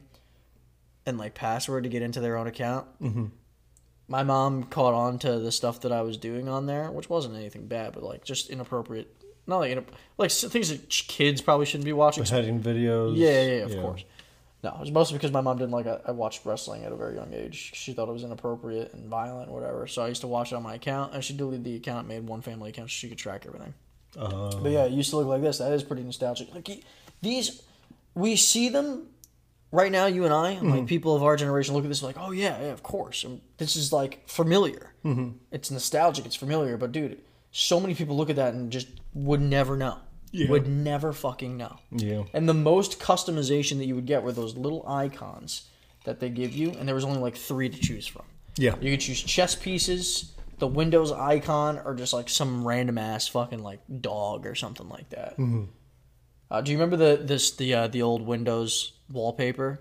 Speaker 1: and like password to get into their own account. Mm-hmm. My mom caught on to the stuff that I was doing on there, which wasn't anything bad, but like just inappropriate. Not like inap- like s- things that ch- kids probably shouldn't be watching.
Speaker 2: Petting videos.
Speaker 1: Yeah, yeah, yeah, of course. No, it was mostly because my mom didn't like I, I watched wrestling at a very young age. She thought it was inappropriate and violent, whatever. So I used to watch it on my account, and she deleted the account, made one family account so she could track everything.
Speaker 2: Uh,
Speaker 1: But yeah, it used to look like this. That is pretty nostalgic. Like y- these, we see them right now. You and I, and
Speaker 2: Mm-hmm.
Speaker 1: like people of our generation, look at this like, oh yeah, yeah, of course. And this is like familiar. Mm-hmm. It's nostalgic. It's familiar. But dude, so many people look at that and just would never know.
Speaker 2: Yeah.
Speaker 1: Would never fucking know.
Speaker 2: yeah.
Speaker 1: And the most customization that you would get were those little icons that they give you, and there was only like three to choose from.
Speaker 2: Yeah.
Speaker 1: You could choose chess pieces, the Windows icon, or just like some random ass fucking like dog or something like that. Uh, do you remember the this the uh, the old Windows wallpaper,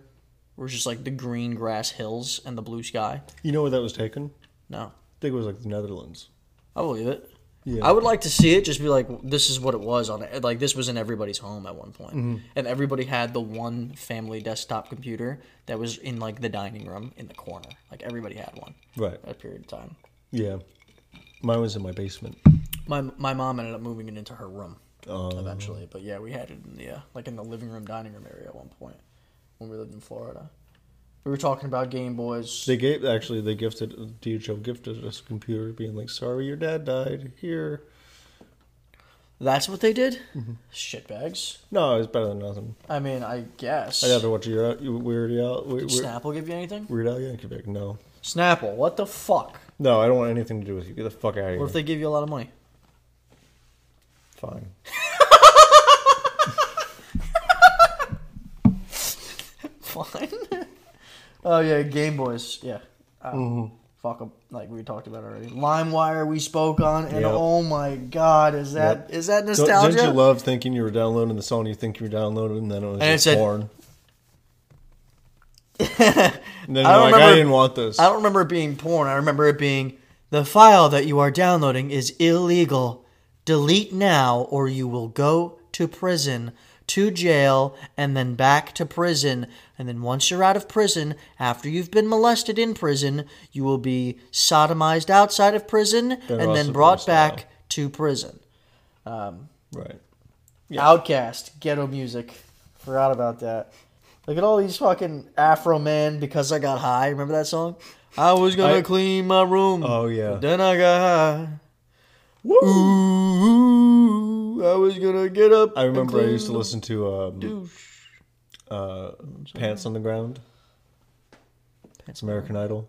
Speaker 1: where it's just like the green grass hills and the blue sky?
Speaker 2: You know where that was taken?
Speaker 1: No,
Speaker 2: I think it was like the Netherlands.
Speaker 1: I believe it.
Speaker 2: Yeah.
Speaker 1: I would like to see it just be like this is what it was on it. Like this was in everybody's home at one point. and everybody had the one family desktop computer that was in like the dining room in the corner. Like everybody had one
Speaker 2: Right.
Speaker 1: at a period of time.
Speaker 2: Yeah. Mine was in my basement.
Speaker 1: My my mom ended up moving it into her room
Speaker 2: Oh.
Speaker 1: eventually, but yeah, we had it in the uh, like in the living room, dining room area at one point when we lived in Florida. We were talking about Game Boys.
Speaker 2: They gave actually they gifted DHL gifted us a computer, being like, "Sorry, your dad died." Here,
Speaker 1: That's what they did.
Speaker 2: Mm-hmm.
Speaker 1: Shitbags.
Speaker 2: no, it's better than nothing.
Speaker 1: I mean, I guess.
Speaker 2: I'd have to watch your Weird Al. Weird, Weird,
Speaker 1: Snapple give you anything?
Speaker 2: Weird Al Yankovic. No,
Speaker 1: Snapple. What the fuck?
Speaker 2: no, I don't want anything to do with you. Get the fuck out of
Speaker 1: What
Speaker 2: here.
Speaker 1: if they give you a lot of money?
Speaker 2: Fine.
Speaker 1: Fine. oh yeah, Game Boys. Yeah. Uh,
Speaker 2: Mm-hmm.
Speaker 1: Fuck 'em, like we talked about already. LimeWire we spoke on, and
Speaker 2: Yep.
Speaker 1: oh my god, is that is that
Speaker 2: Don't,
Speaker 1: nostalgia?
Speaker 2: didn't you love thinking you were downloading the song you think you were downloading, and then it was
Speaker 1: And it
Speaker 2: just
Speaker 1: said-
Speaker 2: porn? and then
Speaker 1: I don't
Speaker 2: you're like, I
Speaker 1: remember-
Speaker 2: didn't want this.
Speaker 1: I don't remember it being porn. I remember it being the file that you are downloading is illegal. Delete now, or you will go to prison, to jail, and then back to prison. And then once you're out of prison, after you've been molested in prison, you will be sodomized outside of prison and
Speaker 2: also
Speaker 1: then brought
Speaker 2: prison
Speaker 1: back
Speaker 2: now.
Speaker 1: to prison.
Speaker 2: Right.
Speaker 1: Outcast, ghetto music. Forgot about that. Look at all these fucking Afro Man because I got high. Remember that song? I was gonna
Speaker 2: I-
Speaker 1: clean my room.
Speaker 2: Oh, yeah.
Speaker 1: Then I got high. Woo! Ooh, I was gonna get up.
Speaker 2: I
Speaker 1: and
Speaker 2: remember I
Speaker 1: clean
Speaker 2: used to
Speaker 1: the
Speaker 2: listen to um,
Speaker 1: douche.
Speaker 2: uh, Pants on the Ground. It's American Idol.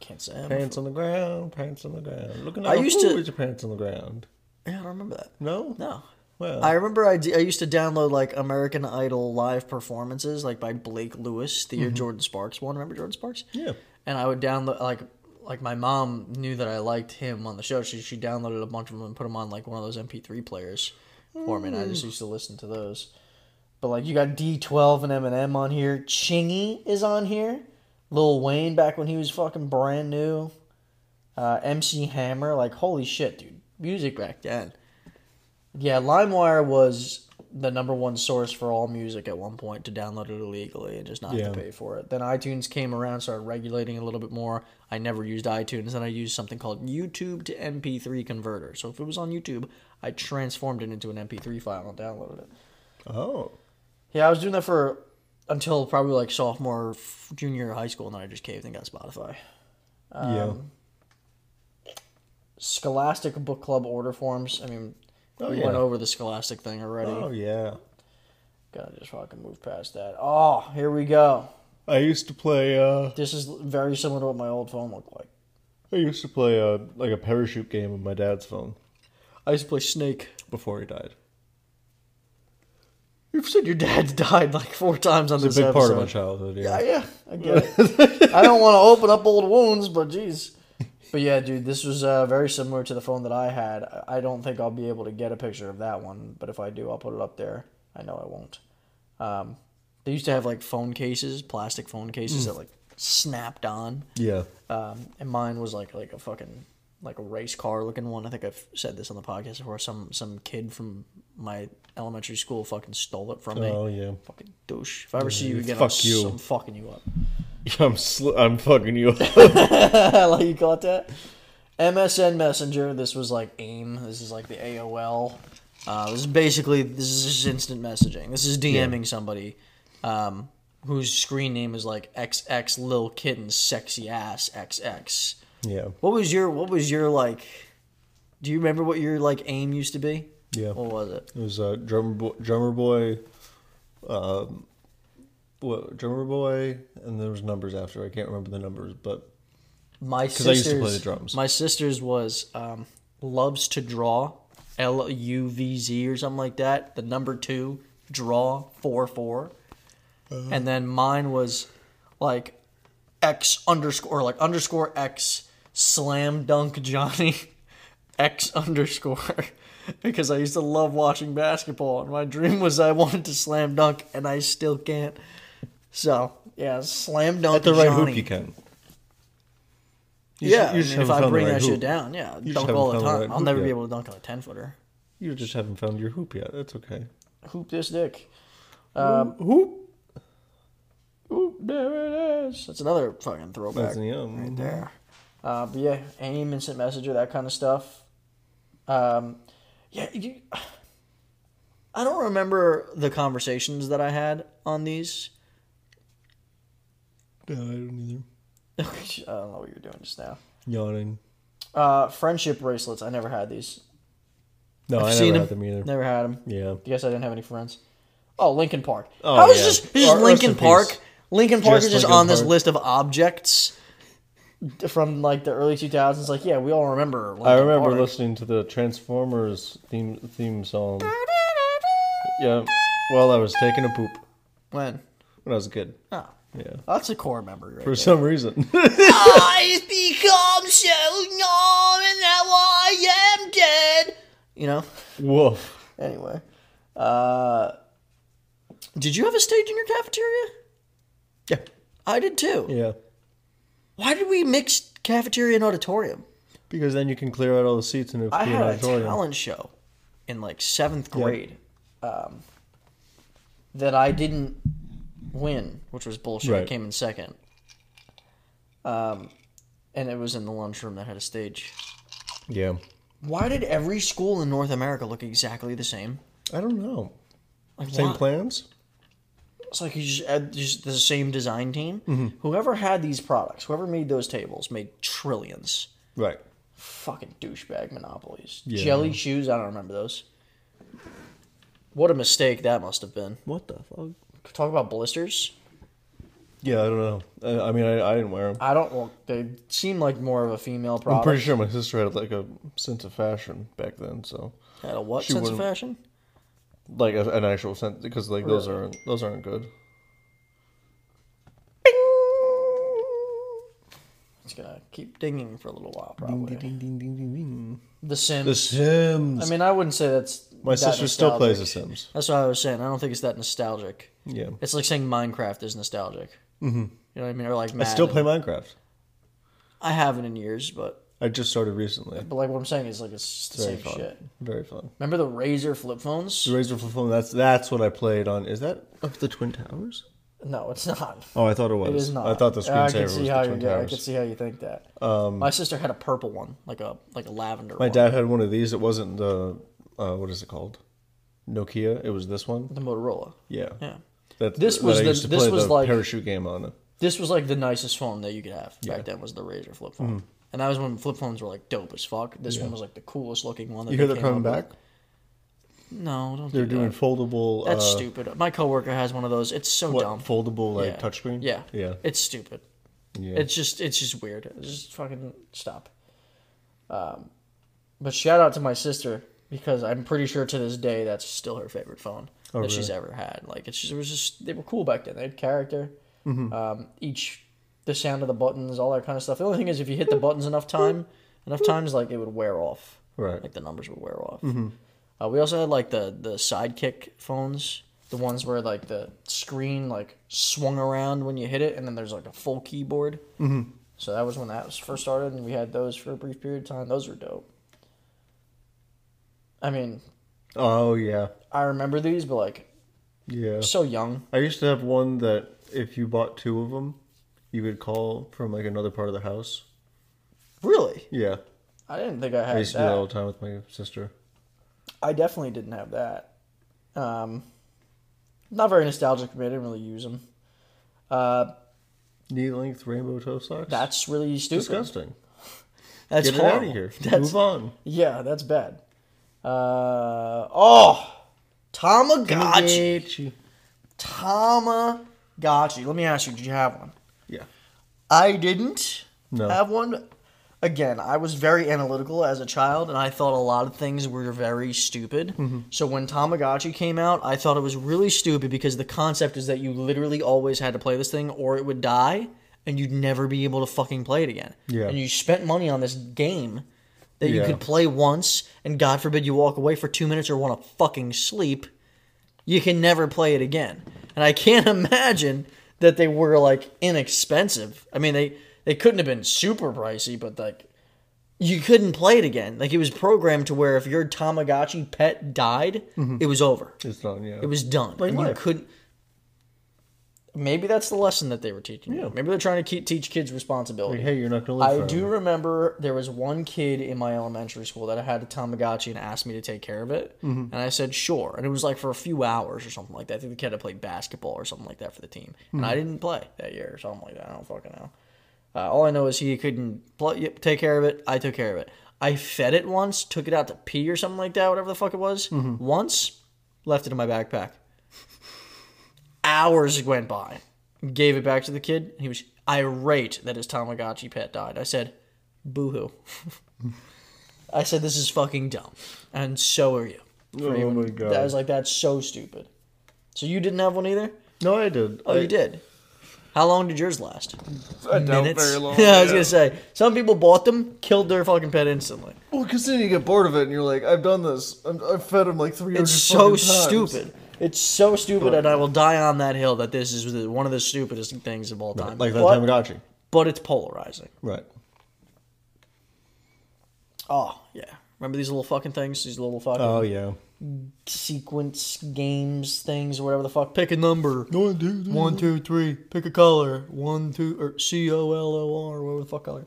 Speaker 1: Can't say. I'm-
Speaker 2: Pants on the ground, pants on the ground. Looking at
Speaker 1: I used to-
Speaker 2: with your pants on the ground.
Speaker 1: Yeah, I don't remember that.
Speaker 2: No,
Speaker 1: No.
Speaker 2: Well,
Speaker 1: I remember I, d- I used to download like American Idol live performances, like by Blake Lewis, the year
Speaker 2: Mm-hmm.
Speaker 1: Jordan Sparks won. Remember Jordan Sparks?
Speaker 2: yeah.
Speaker 1: And I would download like like my mom knew that I liked him on the show. She she downloaded a bunch of them and put them on like one of those MP3 players for me, and I just used to listen to those. But like you got D12 and Eminem on here. Chingy is on here. Lil Wayne back when he was fucking brand new. Uh, MC Hammer, like holy shit, dude, music back then. Yeah, LimeWire was the number one source for all music at one point to download it illegally and just not
Speaker 2: Yeah.
Speaker 1: have to pay for it. Then iTunes came around, started regulating a little bit more. I never used iTunes, then I used something called YouTube to MP3 converter. So if it was on YouTube, I transformed it into an MP3 file and downloaded it.
Speaker 2: Oh,
Speaker 1: Yeah, I was doing that for until probably like sophomore, or f- junior, high school, and then I just caved and got Spotify. Um,
Speaker 2: yeah.
Speaker 1: Scholastic book club order forms. I mean,
Speaker 2: Oh,
Speaker 1: we
Speaker 2: yeah.
Speaker 1: went over the Scholastic thing already.
Speaker 2: Oh yeah.
Speaker 1: Gotta just fucking move past that. Oh, here we go.
Speaker 2: I used to play. Uh,
Speaker 1: This is very similar to what my old phone looked like.
Speaker 2: I used to play uh, like a parachute game on my dad's phone
Speaker 1: I used to play Snake.
Speaker 2: before he died.
Speaker 1: You've said your dad's died like four times on
Speaker 2: It's
Speaker 1: this
Speaker 2: a big part of my
Speaker 1: episode.
Speaker 2: childhood. Yeah.
Speaker 1: Yeah, yeah, I get it. I don't want to open up old wounds, but geez. But yeah, dude, this was uh, very similar to the phone that I had. I- I don't think I'll be able to get a picture of that one, but if I do, I'll put it up there. I know I won't. Um, they used to have like phone cases, plastic phone
Speaker 2: Mm.
Speaker 1: cases that like snapped on.
Speaker 2: yeah.
Speaker 1: Um, and mine was like like a fucking like a race car looking one. I think I've said this on the podcast before. Some some kid from my elementary school fucking stole it from me.
Speaker 2: Oh yeah.
Speaker 1: Fucking douche. If I ever see you again,
Speaker 2: fuck
Speaker 1: I'm,
Speaker 2: you.
Speaker 1: am fucking you up.
Speaker 2: I'm sl- I'm fucking you.
Speaker 1: like you caught that. MSN Messenger. This was like AIM. This is like the AOL. Uh, this is basically this is just instant messaging. This is DMing somebody um, whose screen name is like XX Lil Kitten Sexy Ass XX.
Speaker 2: yeah.
Speaker 1: What was your What was your like? Do you remember what your like aim used to be?
Speaker 2: Yeah.
Speaker 1: What was it?
Speaker 2: It was uh, drummer boy, drummer boy, um, what drummer boy, and there was numbers after. I can't remember the numbers, but
Speaker 1: My sisters.
Speaker 2: I used to play the drums.
Speaker 1: My sisters was um, loves to draw, L U V Z or something like that. The number two draw four four, and then mine was like X underscore like underscore X slam dunk Johnny X underscore because I used to love watching basketball and my dream was I wanted to slam dunk and I still can't. So yeah, slam dunk
Speaker 2: at the right
Speaker 1: Johnny.
Speaker 2: hoop you can. You
Speaker 1: yeah,
Speaker 2: ju- you
Speaker 1: I
Speaker 2: just
Speaker 1: mean, if
Speaker 2: haven't
Speaker 1: I
Speaker 2: found the
Speaker 1: bring
Speaker 2: right
Speaker 1: that shit
Speaker 2: hoop.
Speaker 1: down, yeah,
Speaker 2: just
Speaker 1: dunk
Speaker 2: haven't
Speaker 1: all the
Speaker 2: found the
Speaker 1: time.
Speaker 2: right
Speaker 1: I'll
Speaker 2: hoop
Speaker 1: never be
Speaker 2: yet.
Speaker 1: able to dunk on a ten footer.
Speaker 2: You just haven't found your hoop yet. That's okay.
Speaker 1: Hoop this dick. Um,
Speaker 2: Hoop.
Speaker 1: Oop, there it is. That's another fucking throwback.
Speaker 2: That's um, yum.
Speaker 1: right there. Uh, but yeah, AIM, instant messenger, that kind of stuff. Um, yeah, you, I don't remember the conversations that I had on these.
Speaker 2: No, I don't either.
Speaker 1: I don't know what you're doing just now.
Speaker 2: Yawning.
Speaker 1: Uh, friendship bracelets. I never had these.
Speaker 2: No, I've
Speaker 1: I've
Speaker 2: I
Speaker 1: seen
Speaker 2: never
Speaker 1: them.
Speaker 2: had them either.
Speaker 1: Never had them.
Speaker 2: Yeah.
Speaker 1: Guess I didn't have any friends. Oh, Lincoln Park.
Speaker 2: Oh,
Speaker 1: How is
Speaker 2: yeah.
Speaker 1: this? This is
Speaker 2: Or- rest
Speaker 1: Lincoln
Speaker 2: in peace.
Speaker 1: Park. Lincoln Park
Speaker 2: Just
Speaker 1: is just
Speaker 2: Lincoln
Speaker 1: on this
Speaker 2: Park.
Speaker 1: list of objects from like the early 2000s. Like, yeah, we all remember. Lincoln
Speaker 2: I remember
Speaker 1: Park.
Speaker 2: listening to the Transformers theme theme song. Yeah, while I was taking a poop
Speaker 1: when.
Speaker 2: when I was a kid.
Speaker 1: Oh,
Speaker 2: Yeah,
Speaker 1: that's a core memory. Right
Speaker 2: for some reason.
Speaker 1: I've become so numb, and now I am dead. You know.
Speaker 2: Woof.
Speaker 1: Anyway, uh, did you have a stage in your cafeteria?
Speaker 2: Yeah.
Speaker 1: I did too.
Speaker 2: Yeah.
Speaker 1: Why did we mix cafeteria and auditorium?
Speaker 2: Because then you can clear out all the seats and it
Speaker 1: I
Speaker 2: be an
Speaker 1: had a
Speaker 2: auditorium.
Speaker 1: talent show in like seventh grade um, that I didn't win, which was bullshit. I
Speaker 2: Right.
Speaker 1: came in second. Um, and it was in the lunchroom that had a stage.
Speaker 2: Yeah.
Speaker 1: Why did every school in North America look exactly the same?
Speaker 2: I don't know.
Speaker 1: Like,
Speaker 2: Same
Speaker 1: why?
Speaker 2: plans?
Speaker 1: It's like you just add just the same design team.
Speaker 2: Mm-hmm.
Speaker 1: Whoever had these products, whoever made those tables, made trillions.
Speaker 2: Right.
Speaker 1: Fucking douchebag monopolies.
Speaker 2: Yeah.
Speaker 1: Jelly shoes, I don't remember those. What a mistake that must have been.
Speaker 3: What the fuck?
Speaker 1: Talk about blisters.
Speaker 2: Yeah, I don't know. I, I mean, I, I didn't wear them.
Speaker 1: I don't. Well, they seem like more of a female product.
Speaker 2: I'm pretty sure my sister had like a sense of fashion back then, so
Speaker 1: Had a what
Speaker 2: she
Speaker 1: sense of
Speaker 2: wouldn't-
Speaker 1: fashion?
Speaker 2: like a, an actual sense because like those aren't those aren't good.
Speaker 1: It's gonna keep dinging for a little while,
Speaker 3: Ding,
Speaker 1: probably.
Speaker 3: ding, ding, ding, ding, ding, ding.
Speaker 1: The Sims.
Speaker 2: The Sims.
Speaker 1: I mean, I wouldn't say that's.
Speaker 2: my
Speaker 1: that
Speaker 2: sister still plays The
Speaker 1: nostalgic.
Speaker 2: Sims.
Speaker 1: That's what I was saying. I don't think it's that nostalgic.
Speaker 2: Yeah,
Speaker 1: It's like saying Minecraft is nostalgic. Mm-hmm. You know what I mean? Or like
Speaker 2: I still play
Speaker 1: Madden.
Speaker 2: Minecraft.
Speaker 1: I haven't in years, but
Speaker 2: I just started recently.
Speaker 1: but like what I'm saying is like it's the
Speaker 2: Very
Speaker 1: same
Speaker 2: fun.
Speaker 1: shit.
Speaker 2: Very fun.
Speaker 1: Remember the Razor flip phones?
Speaker 2: The Razor Flip Phone. That's that's what I played on. Is that?
Speaker 3: Of the Twin Towers?
Speaker 1: No, it's not.
Speaker 3: Oh, I thought it was.
Speaker 1: It is not. Uh,
Speaker 2: I thought the
Speaker 1: I can
Speaker 2: screensaver
Speaker 1: see
Speaker 2: was the
Speaker 1: how you
Speaker 2: Twin
Speaker 1: yeah, I
Speaker 2: Towers.
Speaker 1: can see how you think that. Um, My sister had a purple one, like a like a lavender.
Speaker 2: My
Speaker 1: one.
Speaker 2: dad had one of these. It wasn't the uh, what is it called? Nokia. It was this one.
Speaker 1: the Motorola.
Speaker 2: Yeah.
Speaker 1: Yeah.
Speaker 2: That,
Speaker 1: This
Speaker 2: that
Speaker 1: was
Speaker 2: I
Speaker 1: the-
Speaker 2: used to
Speaker 1: this
Speaker 2: play
Speaker 1: was
Speaker 2: the
Speaker 1: like-
Speaker 2: parachute game on it.
Speaker 1: This was like the nicest phone that you could have
Speaker 2: Yeah. Mm-hmm.
Speaker 1: back then was the Razor flip phone, and that was when flip phones were like dope as fuck. This one was like the coolest looking one. That
Speaker 2: You hear
Speaker 1: they
Speaker 2: they're
Speaker 1: came
Speaker 2: coming
Speaker 1: up
Speaker 2: back?
Speaker 1: with. No, don't.
Speaker 2: They're
Speaker 1: do
Speaker 2: doing
Speaker 1: That.
Speaker 2: foldable.
Speaker 1: That's
Speaker 2: uh,
Speaker 1: stupid. My coworker has one of those. It's so
Speaker 2: What
Speaker 1: dumb.
Speaker 2: foldable like
Speaker 1: Yeah.
Speaker 2: touchscreen?
Speaker 1: Yeah.
Speaker 2: yeah,
Speaker 1: It's stupid.
Speaker 2: yeah.
Speaker 1: It's just it's just weird. Just fucking stop. Um, but shout out to my sister because I'm pretty sure to this day that's still her favorite phone that she's ever had. Like it's just, it was just they were cool back then. They had character. Um, each the sound of the buttons, all that kind of stuff. The only thing is if you hit the buttons enough time, enough times, like it would wear off.
Speaker 2: Right. Mm-hmm.
Speaker 1: Like the numbers would wear off. Uh, we also had like the the sidekick phones, the ones where like the screen like swung around when you hit it, and then there's like a full keyboard. Mm-hmm. So that was when that was first started, and we had those for a brief period of time. Those were dope. I mean,
Speaker 2: oh yeah,
Speaker 1: I remember these, but like
Speaker 2: yeah.
Speaker 1: so young.
Speaker 2: I used to have one that if you bought two of them, you could call from like another part of the house.
Speaker 1: Really,
Speaker 2: Yeah,
Speaker 1: I didn't think I
Speaker 2: I
Speaker 1: had
Speaker 2: used to do that all the time with my sister.
Speaker 1: I definitely didn't have that. Um, not very nostalgic, but I didn't really use them. Uh,
Speaker 2: Knee length rainbow toe socks.
Speaker 1: that's really stupid.
Speaker 2: disgusting.
Speaker 1: That's
Speaker 2: Get it out
Speaker 1: horrible.
Speaker 2: of here.
Speaker 1: That's
Speaker 2: Move on.
Speaker 1: Yeah, that's bad. Uh, oh, Tamagotchi.
Speaker 2: Gotcha.
Speaker 1: Tamagotchi. Let me ask you, did you have one?
Speaker 2: Yeah.
Speaker 1: I didn't
Speaker 2: No.
Speaker 1: have one. Again, I was very analytical as a child, and I thought a lot of things were very stupid.
Speaker 2: Mm-hmm.
Speaker 1: So when Tamagotchi came out, I thought it was really stupid because the concept is that you literally always had to play this thing, or it would die, and you'd never be able to fucking play it again.
Speaker 2: Yeah.
Speaker 1: And you spent money on this game that you
Speaker 2: Yeah.
Speaker 1: could play once, and God forbid you walk away for two minutes or want to fucking sleep you can never play it again. And I can't imagine that they were like inexpensive. I mean, they they couldn't have been super pricey, but like you couldn't play it again. Like it was programmed to where if your Tamagotchi pet died, it was over.
Speaker 2: It's done. Yeah.
Speaker 1: It was done.
Speaker 2: Like
Speaker 1: and you
Speaker 2: Mm-hmm. life.
Speaker 1: couldn't. Maybe that's the lesson that they were teaching. you. Maybe they're trying to keep, teach kids responsibility.
Speaker 2: Hey, you're not gonna live.
Speaker 1: I
Speaker 2: forever.
Speaker 1: do remember there was one kid in my elementary school that had a Tamagotchi and asked me to take care of it. And I said, sure. And it was like for a few hours or something like that. I think the kid had played basketball or something like that for the team. And I didn't play that year or something like that. I don't fucking know. Uh, all I know is he couldn't pl- y- take care of it. I took care of it. I fed it once, took it out to pee or something like that, whatever the fuck it was. Once, left it in my backpack. Hours went by. Gave it back to the kid. He was irate that his Tamagotchi pet died. I said, boo hoo. I said, this is fucking dumb. And so are you.
Speaker 2: Oh my god.
Speaker 1: I was like, that's so stupid. So you didn't have one either?
Speaker 2: no, I did.
Speaker 1: Oh,
Speaker 2: I,
Speaker 1: you did. How long did yours last?
Speaker 2: I doubt
Speaker 1: Minutes?
Speaker 2: very long.
Speaker 1: yeah, I was gonna say some people bought them, killed their fucking pet instantly.
Speaker 2: Well, because then you get bored of it and you're like, I've done this. I'm, I've fed him like three.
Speaker 1: It's so stupid. It's so stupid, and I will die on that hill that this is the- one of the stupidest things of all time.
Speaker 2: Like that
Speaker 1: but,
Speaker 2: Tamagotchi.
Speaker 1: but it's polarizing.
Speaker 2: Right.
Speaker 1: Oh yeah, remember these little fucking things? These little fucking
Speaker 2: Oh yeah.
Speaker 1: sequence games things, or whatever the fuck. Pick a number.
Speaker 2: One, two, three.
Speaker 1: One, two, three. Pick a color. One, two, or C O L O R, whatever the fuck color.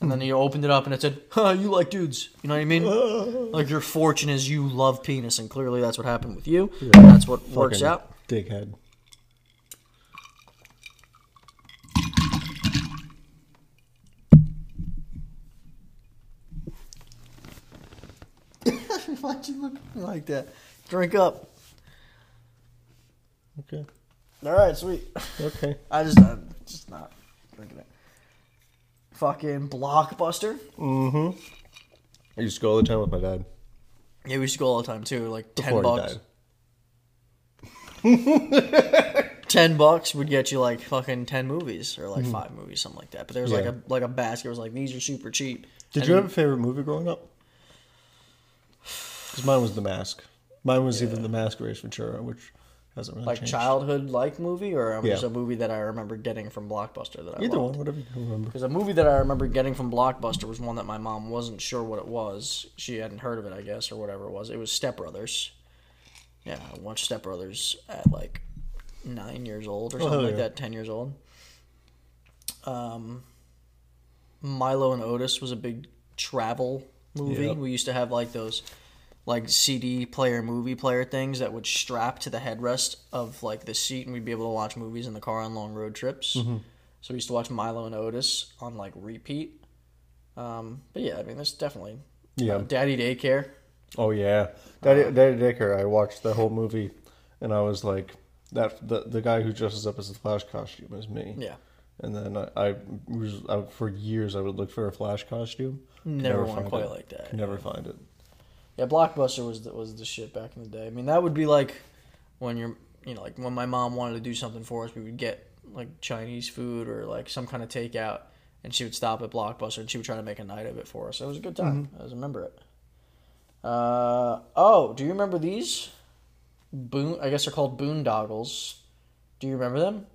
Speaker 1: And then you opened it up and it said, huh, you like dudes. You know what I mean? like your fortune is you love penis, and clearly that's what happened with you. That's what works
Speaker 2: Fucking
Speaker 1: out.
Speaker 2: Dickhead.
Speaker 1: Why'd you look at me like that? Drink up.
Speaker 2: Okay.
Speaker 1: All right, sweet.
Speaker 2: Okay.
Speaker 1: I just, I'm just not drinking it. Fucking blockbuster.
Speaker 2: I used to go all the time with my dad.
Speaker 1: Yeah, we used to go all the time too. Like ten
Speaker 2: Before he
Speaker 1: bucks. ten bucks would get you like fucking ten movies or like five movies, something like that. But there was like
Speaker 2: Hmm. Yeah.
Speaker 1: a like a basket. It was like these are super cheap.
Speaker 2: Did
Speaker 1: And
Speaker 2: you
Speaker 1: then-
Speaker 2: have a favorite movie growing up? Because mine was The Mask. Mine was either The Mask or Ace Ventura, which hasn't really
Speaker 1: like
Speaker 2: changed.
Speaker 1: childhood like movie or um,
Speaker 2: Yeah.
Speaker 1: just a movie that I remember getting from Blockbuster that I
Speaker 2: Either
Speaker 1: loved?
Speaker 2: one, whatever you can remember.
Speaker 1: Because a movie that I remember getting from Blockbuster was one that my mom wasn't sure what it was. She hadn't heard of it, I guess, or whatever it was. It was Step Brothers. Yeah, I watched Step Brothers at like nine years old or something
Speaker 2: Oh, hell
Speaker 1: like
Speaker 2: yeah.
Speaker 1: that, ten years old. Um, Milo and Otis was a big travel movie.
Speaker 2: Yep.
Speaker 1: We used to have like those like CD player, movie player things that would strap to the headrest of like the seat, and we'd be able to watch movies in the car on long road trips.
Speaker 2: Mm-hmm.
Speaker 1: So we used to watch Milo and Otis on like repeat. Um, but yeah, I mean, there's definitely
Speaker 2: Yeah.
Speaker 1: Um, Daddy Daycare.
Speaker 2: Oh yeah, Daddy, Daddy Daycare. I watched the whole movie, and I was like, that the the guy who dresses up as the Flash costume is me.
Speaker 1: Yeah.
Speaker 2: And then I, I, was, I for years I would look for a Flash costume. Could
Speaker 1: Never one
Speaker 2: find
Speaker 1: quite
Speaker 2: it.
Speaker 1: like that.
Speaker 2: Could never find it.
Speaker 1: Yeah, Blockbuster was the, was the shit back in the day. I mean, that would be like when you're, you know, like when my mom wanted to do something for us, we would get like Chinese food or like some kind of takeout, and she would stop at Blockbuster and she would try to make a night of it for us. It was a good time.
Speaker 2: Mm-hmm.
Speaker 1: I just remember it. Uh, oh, do you remember these? Boon, I guess they're called boondoggles. Do you remember them?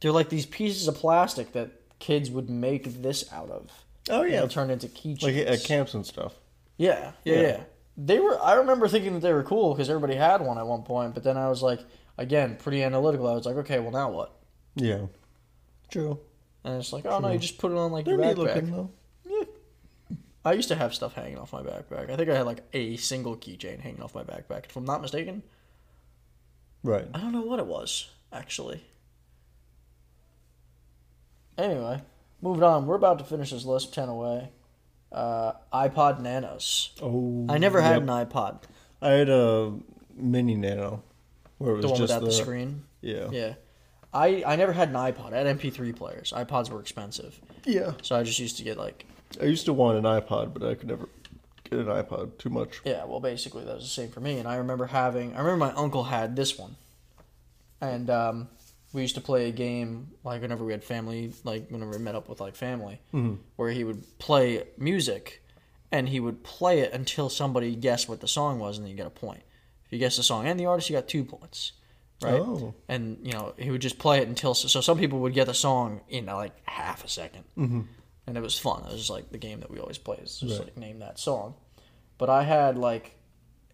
Speaker 1: They're like these pieces of plastic that kids would make this out of.
Speaker 2: Oh
Speaker 1: And they turned into keychains.
Speaker 2: like at camps and stuff.
Speaker 1: Yeah, yeah, yeah.
Speaker 2: Yeah.
Speaker 1: They were. I remember thinking that they were cool because everybody had one at one point. But then I was like, again, pretty analytical. I was like, okay, well now what?
Speaker 2: Yeah. True.
Speaker 1: And it's like, oh no, you just put it on like
Speaker 2: They're
Speaker 1: your backpack.
Speaker 2: neat looking though.
Speaker 1: I used to have stuff hanging off my backpack. I think I had like a single keychain hanging off my backpack, if I'm not mistaken.
Speaker 2: Right.
Speaker 1: I don't know what it was actually. Anyway, moving on. We're about to finish this list ten away. Uh, iPod Nanos.
Speaker 2: Oh.
Speaker 1: I never had
Speaker 2: yep.
Speaker 1: an iPod.
Speaker 2: I had a mini Nano, where it was
Speaker 1: The one
Speaker 2: just
Speaker 1: without the screen.
Speaker 2: Yeah.
Speaker 1: Yeah. I, I never had an iPod. I had MP3 players. iPods were expensive.
Speaker 2: Yeah.
Speaker 1: So I just used to get like,
Speaker 2: I used to want an iPod, but I could never get an iPod. Too much.
Speaker 1: yeah, well, basically that was the same for me. And I remember having, I remember my uncle had this one. And um, we used to play a game, like whenever we had family, like whenever we met up with like family,
Speaker 2: Mm-hmm.
Speaker 1: where he would play music and he would play it until somebody guessed what the song was and then you get a point. If you guess the song and the artist, you got two points. Right?
Speaker 2: Oh.
Speaker 1: and you know he would just play it until so some people would get the song in like half a 2nd mm-hmm. and it was fun it was just like the game that we always play is just
Speaker 2: Right.
Speaker 1: like name that song but i had like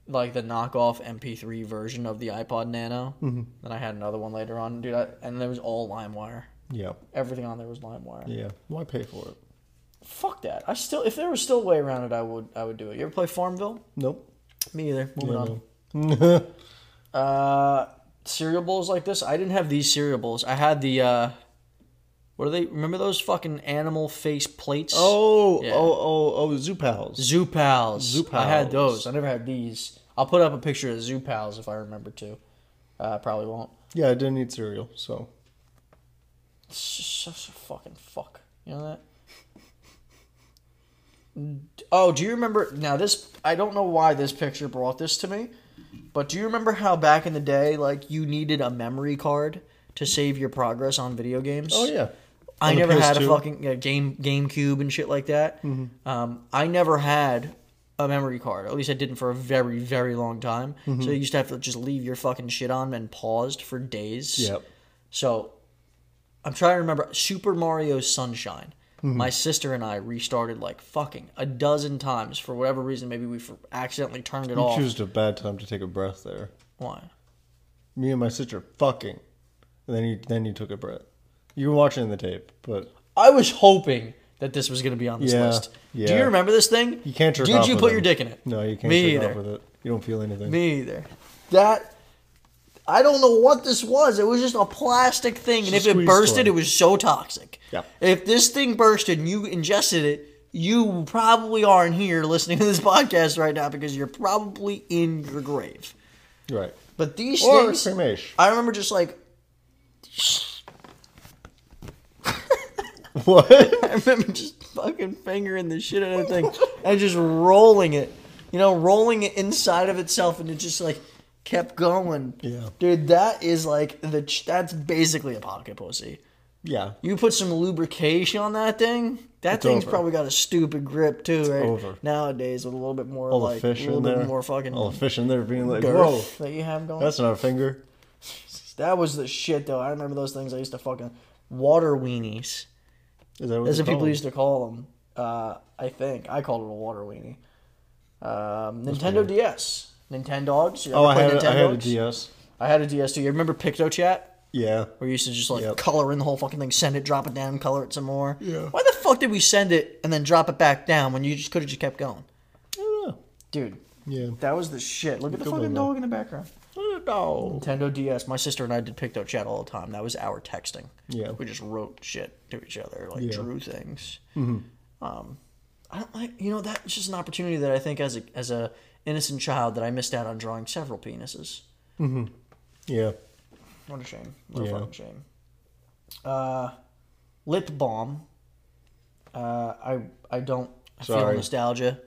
Speaker 1: like the knockoff mp3 version of the ipod nano mm-hmm. then i had another one later on dude I, and there was all limewire
Speaker 2: Yeah.
Speaker 1: everything on there was limewire
Speaker 2: Yeah. Why pay for it?
Speaker 1: fuck that i still if there was still a way around it i would i would do it you ever play farmville
Speaker 2: Nope.
Speaker 1: me either moving
Speaker 2: Yeah,
Speaker 1: on
Speaker 2: no.
Speaker 1: Uh, cereal bowls like this. I didn't have these cereal bowls. I had the uh, what are they? Remember those fucking animal face plates?
Speaker 2: Oh,
Speaker 1: Yeah.
Speaker 2: oh, oh, oh, Zoopals.
Speaker 1: Zoo Pals.
Speaker 2: Zoo
Speaker 1: I had
Speaker 2: Pals.
Speaker 1: those. I never had these. I'll put up a picture of Zoo Pals if I remember to. Uh, probably won't.
Speaker 2: Yeah, I didn't eat cereal, so
Speaker 1: It's just such a fucking fuck. You know that? Oh, do you remember? Now this, I don't know why this picture brought this to me, but do you remember how back in the day, like you needed a memory card to save your progress on video games?
Speaker 2: oh yeah.
Speaker 1: I
Speaker 2: On the
Speaker 1: never had a
Speaker 2: PS2?
Speaker 1: fucking yeah, game GameCube and shit like that.
Speaker 2: Mm-hmm.
Speaker 1: Um, I never had a memory card. At least I didn't for a very very long time.
Speaker 2: Mm-hmm.
Speaker 1: So you used to have to just leave your fucking shit on and paused for days.
Speaker 2: Yep.
Speaker 1: So I'm trying to remember Super Mario Sunshine.
Speaker 2: Mm-hmm.
Speaker 1: My sister and I restarted like fucking a dozen times for whatever reason. Maybe we for- accidentally turned it
Speaker 2: You
Speaker 1: off.
Speaker 2: choose a bad time to take a breath there.
Speaker 1: Why?
Speaker 2: Me and my sister fucking, and then you then you took a breath. You were watching the tape, but
Speaker 1: I was hoping that this was going to be on this
Speaker 2: Yeah,
Speaker 1: list. Do
Speaker 2: yeah.
Speaker 1: you remember this thing?
Speaker 2: you can't jerk
Speaker 1: Did
Speaker 2: off
Speaker 1: you
Speaker 2: with
Speaker 1: put
Speaker 2: it.
Speaker 1: your dick in it?
Speaker 2: No, you can't
Speaker 1: Me
Speaker 2: jerk
Speaker 1: either.
Speaker 2: off with it. You don't feel anything.
Speaker 1: Me either. That I don't know what this was. It was just a plastic thing, and
Speaker 2: Just
Speaker 1: if it
Speaker 2: squeeze
Speaker 1: bursted,
Speaker 2: toy.
Speaker 1: it was so toxic.
Speaker 2: Yeah.
Speaker 1: If this thing bursted and you ingested it, you probably aren't here listening to this podcast right now because you're probably in your grave.
Speaker 2: Right.
Speaker 1: But these
Speaker 2: Or
Speaker 1: things,
Speaker 2: cremation.
Speaker 1: I remember just like
Speaker 2: What?
Speaker 1: I remember just fucking fingering the shit out of the thing and just rolling it, you know, rolling it inside of itself, and it just like kept going.
Speaker 2: Yeah.
Speaker 1: dude, that is like the ch- that's basically a pocket pussy.
Speaker 2: Yeah.
Speaker 1: You put some lubrication on that thing. That
Speaker 2: It's
Speaker 1: thing's
Speaker 2: over.
Speaker 1: probably got a stupid grip too, right?
Speaker 2: over.
Speaker 1: Nowadays, with a little bit more
Speaker 2: All
Speaker 1: like
Speaker 2: the fish
Speaker 1: a little
Speaker 2: in
Speaker 1: bit
Speaker 2: there.
Speaker 1: more fucking
Speaker 2: All the fish in there being like, whoa,
Speaker 1: girth that you have going.
Speaker 2: that's not a finger.
Speaker 1: That was the shit though. I remember those things. I used to fucking water weenies.
Speaker 2: Is that what
Speaker 1: That's
Speaker 2: they
Speaker 1: what people
Speaker 2: call
Speaker 1: used to call them. Uh, I think I called it a water weenie. Um, Nintendo DS, Nintendogs. You
Speaker 2: them? Oh, I
Speaker 1: ever play
Speaker 2: had, I had a
Speaker 1: Nintendogs?
Speaker 2: DS.
Speaker 1: I had a DS too. You remember PictoChat?
Speaker 2: Yeah.
Speaker 1: Where you used to just like
Speaker 2: Yep.
Speaker 1: color in the whole fucking thing, send it, drop it down, color it some more.
Speaker 2: Yeah.
Speaker 1: Why the fuck did we send it and then drop it back down when you just could have just kept going,
Speaker 2: I don't know.
Speaker 1: dude?
Speaker 2: Yeah.
Speaker 1: That was the shit. Look at the
Speaker 2: Good
Speaker 1: fucking
Speaker 2: one, though.
Speaker 1: dog in the background.
Speaker 2: No.
Speaker 1: Nintendo DS. My sister and I did Picto Chat all the time. That was our texting.
Speaker 2: Yeah.
Speaker 1: we just wrote shit to each other, like
Speaker 2: Yeah. Mm-hmm.
Speaker 1: drew things. Um, I don't like you know that's just an opportunity that I think as a as a innocent child that I missed out on drawing several penises.
Speaker 2: Yeah.
Speaker 1: What a shame. What a
Speaker 2: Yeah.
Speaker 1: fucking shame. Uh, lip balm. Uh, I I don't I feel
Speaker 2: Sorry.
Speaker 1: nostalgia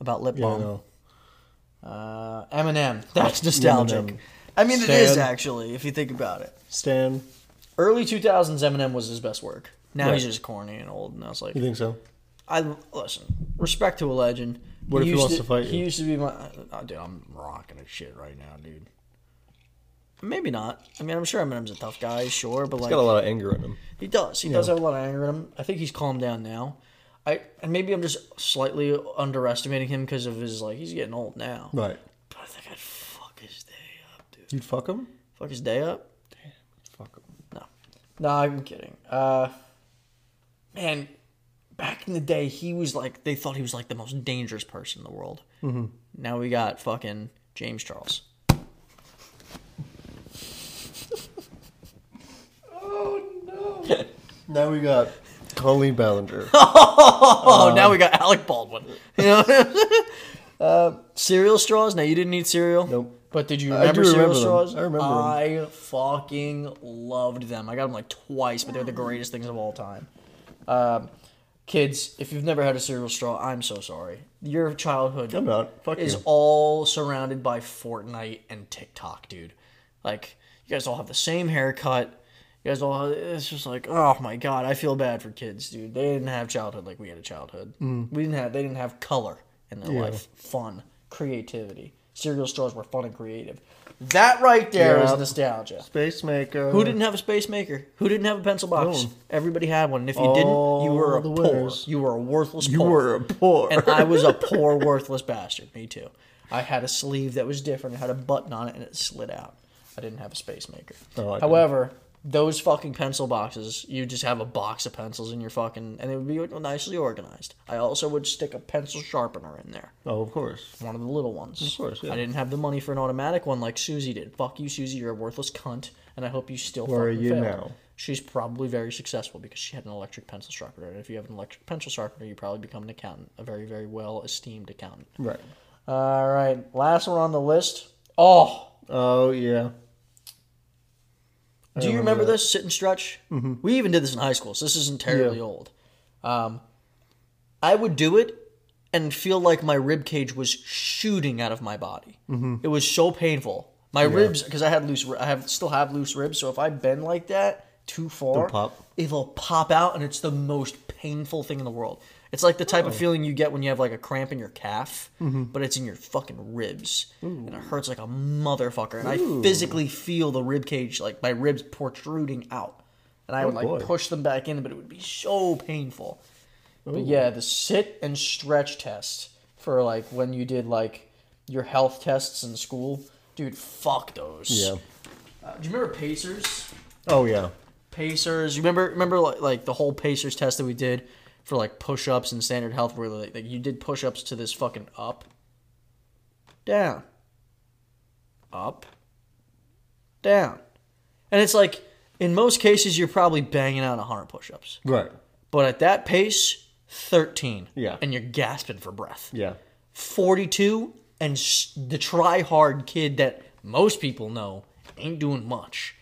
Speaker 1: about lip
Speaker 2: Yeah. I
Speaker 1: balm.
Speaker 2: know.
Speaker 1: Uh, Eminem. That's nostalgic.
Speaker 2: Eminem.
Speaker 1: I mean, it is
Speaker 2: Stan.
Speaker 1: actually if you think about it.
Speaker 2: Stan,
Speaker 1: early 2000s Eminem was his best work. Now he's
Speaker 2: Right.
Speaker 1: just corny and old, and I was like,
Speaker 2: you think so?
Speaker 1: I listen. Respect to a legend.
Speaker 2: What if he
Speaker 1: used
Speaker 2: wants to fight
Speaker 1: He
Speaker 2: you?
Speaker 1: used to be my oh, dude. I'm rocking his shit right now, dude. Maybe not. I mean, I'm sure Eminem's a tough guy, sure, but like
Speaker 2: Got a lot of anger in him.
Speaker 1: he does. He does have a lot of anger in him. I think he's calmed down now. I and maybe I'm just slightly underestimating him because of his like he's getting old now.
Speaker 2: Right.
Speaker 1: But I think I'd fuck his day up, dude.
Speaker 2: You'd fuck him?
Speaker 1: Fuck his day up.
Speaker 2: Fuck him.
Speaker 1: No. No, I'm kidding. Uh, man, back in the day, he was like, they thought he was like the most dangerous person in the world. Mm-hmm. Now we got fucking James Charles.
Speaker 2: Now we got Colleen Ballinger.
Speaker 1: Oh,
Speaker 2: Uh,
Speaker 1: now we got Alec Baldwin. You know? uh, cereal straws? Now, you didn't eat cereal.
Speaker 2: Nope.
Speaker 1: But did you
Speaker 2: I
Speaker 1: remember
Speaker 2: do
Speaker 1: cereal
Speaker 2: remember them.
Speaker 1: straws?
Speaker 2: I remember them.
Speaker 1: I fucking loved them. I got them like twice, but they're the greatest things of all time. Um, kids, if you've never had a cereal straw, I'm so sorry. Your childhood
Speaker 2: I'm not. Fuck
Speaker 1: is
Speaker 2: you.
Speaker 1: all surrounded by Fortnite and TikTok, dude. Like you guys all have the same haircut. You guys all it's just like, oh my god, I feel bad for kids, dude. They didn't have childhood like we had a childhood.
Speaker 2: Mm.
Speaker 1: We didn't have they didn't have color in their life, fun, creativity. Cereal straws were fun and creative. That right there is
Speaker 2: Yeah.
Speaker 1: nostalgia.
Speaker 2: Space Maker.
Speaker 1: Who didn't have a space maker? Who didn't have a pencil box?
Speaker 2: No.
Speaker 1: Everybody had one. And if you didn't, you were a
Speaker 2: All the
Speaker 1: poor.
Speaker 2: winners.
Speaker 1: You were a worthless
Speaker 2: You
Speaker 1: poor
Speaker 2: were a poor.
Speaker 1: and I was a poor, worthless bastard. Me too. I had a sleeve that was different. It had a button on it, and it slid out. I didn't have a space maker.
Speaker 2: Oh, I did.
Speaker 1: However, those fucking pencil boxes, you just have a box of pencils in your fucking, and it would be nicely organized. I also would stick a pencil sharpener in there,
Speaker 2: oh, of course.
Speaker 1: one of the little ones. Of
Speaker 2: course, yeah.
Speaker 1: I didn't have the money for an automatic one like Susie did. Fuck you, Susie. You're a worthless cunt, and I hope you still.
Speaker 2: Where are
Speaker 1: fucking
Speaker 2: you
Speaker 1: fail.
Speaker 2: now?
Speaker 1: She's probably very successful because she had an electric pencil sharpener. And if you have an electric pencil sharpener, you probably become an accountant, a very, very well esteemed accountant.
Speaker 2: Right.
Speaker 1: All right, last one on the list. Oh,
Speaker 2: Oh yeah.
Speaker 1: do you remember Mm-hmm. this sit and stretch? We even did this in high school, so this isn't terribly
Speaker 2: Yeah.
Speaker 1: old. Um, I would do it and feel like my rib cage was shooting out of my body.
Speaker 2: Mm-hmm.
Speaker 1: It was so painful. My ribs, because I had loose, ri- I have still have loose ribs, so if I bend like that too far,
Speaker 2: pop.
Speaker 1: it'll pop out, and it's the most painful thing in the world. It's like the
Speaker 2: Oh.
Speaker 1: type of feeling you get when you have like a cramp in your calf,
Speaker 2: Mm-hmm.
Speaker 1: but it's in your fucking ribs, and it hurts like a motherfucker. And I physically feel the rib cage, like my ribs protruding out, and I would like
Speaker 2: Oh, boy.
Speaker 1: push them back in, but it would be so painful. But yeah, the sit and stretch test for like when you did like your health tests in school, dude. Fuck those.
Speaker 2: Yeah.
Speaker 1: Uh, do you remember Pacers?
Speaker 2: Oh yeah.
Speaker 1: Pacers. You remember remember like, like the whole Pacers test that we did for like push ups and standard health, where like, like you did push ups to this fucking up, down, up, down, and it's like in most cases you're probably banging out hundred push ups.
Speaker 2: Right.
Speaker 1: But at that pace, 13.
Speaker 2: Yeah.
Speaker 1: And you're gasping for breath.
Speaker 2: Yeah.
Speaker 1: 42 and sh- the try hard kid that most people know ain't doing much.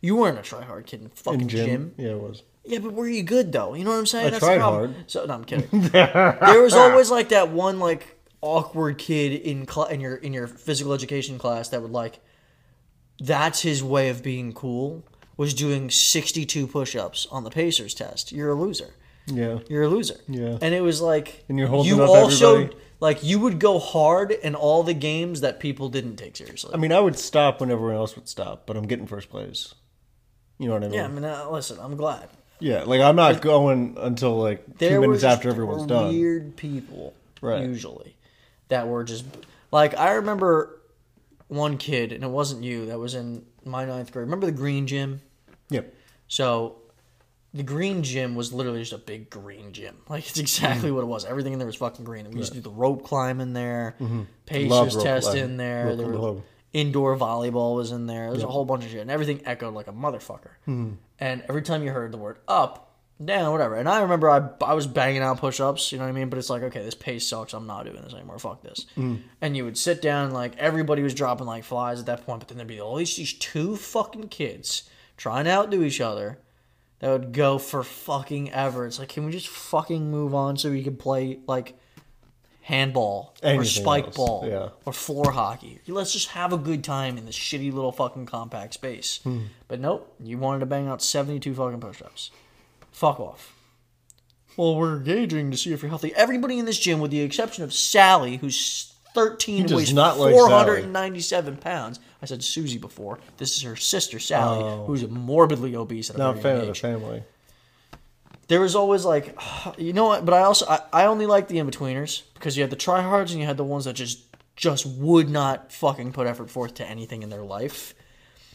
Speaker 1: You weren't a try hard kid in the fucking
Speaker 2: In gym.
Speaker 1: gym.
Speaker 2: Yeah, it was.
Speaker 1: Yeah, but were you good though? You know what I'm saying?
Speaker 2: I tried hard.
Speaker 1: So no, I'm kidding. there was always like that one like awkward kid in cl- in your in your physical education class that would like. That's his way of being cool. Was doing 62 push-ups on the Pacers test. You're a loser.
Speaker 2: Yeah.
Speaker 1: You're a loser.
Speaker 2: Yeah.
Speaker 1: And it was like
Speaker 2: And you're holding
Speaker 1: you
Speaker 2: up
Speaker 1: also
Speaker 2: everybody.
Speaker 1: like you would go hard in all the games that people didn't take seriously.
Speaker 2: I mean, I would stop when everyone else would stop, but I'm getting first place. You know what I mean?
Speaker 1: yeah, I mean, uh, listen, I'm glad.
Speaker 2: Yeah, like I'm not going until like
Speaker 1: there
Speaker 2: two minutes
Speaker 1: were just-
Speaker 2: after everyone's
Speaker 1: were
Speaker 2: done.
Speaker 1: Weird people,
Speaker 2: Right.
Speaker 1: Usually, that were just like I remember one kid, and it wasn't you. That was in my ninth grade. Remember the green gym?
Speaker 2: Yep.
Speaker 1: So, the green gym was literally just a big green gym. Like it's exactly
Speaker 2: Mm-hmm.
Speaker 1: what it was. Everything in there was fucking green. And we used to do the rope climb in there,
Speaker 2: Mm-hmm. Love
Speaker 1: Pacers
Speaker 2: rope
Speaker 1: test
Speaker 2: climb.
Speaker 1: in there.
Speaker 2: Rope
Speaker 1: there
Speaker 2: climb,
Speaker 1: were-
Speaker 2: love.
Speaker 1: indoor volleyball was in there. There's a whole bunch of shit, and everything echoed like a motherfucker.
Speaker 2: Hmm.
Speaker 1: And every time you heard the word up, down, whatever. And I remember I I was banging out push ups. You know what I mean? But it's like okay, this pace sucks. I'm not doing this anymore. Fuck this.
Speaker 2: Hmm.
Speaker 1: And you would sit down, like everybody was dropping like flies at that point. But then there'd be all these these two fucking kids trying to outdo each other that would go for fucking ever. It's like, can we just fucking move on so we can play like handball or
Speaker 2: Anything
Speaker 1: spike
Speaker 2: else,
Speaker 1: ball
Speaker 2: yeah.
Speaker 1: or floor hockey? Let's just have a good time in this shitty little fucking compact space.
Speaker 2: Hmm.
Speaker 1: But nope, you wanted to bang out seventy-two fucking push-ups. Fuck off. Well, we're gauging to see if you're healthy. Everybody in this gym, with the exception of Sally, who's 13
Speaker 2: does
Speaker 1: weighs
Speaker 2: not like
Speaker 1: 497 pounds. I said Susie before. This is her sister, Sally, who's morbidly obese at a
Speaker 2: Oh. Not a
Speaker 1: very
Speaker 2: fan
Speaker 1: young
Speaker 2: of the
Speaker 1: age.
Speaker 2: family.
Speaker 1: There was always like, you know what? But I also I, I only like the in betweeners because you had the tryhards and you had the ones that just just would not fucking put effort forth to anything in their life.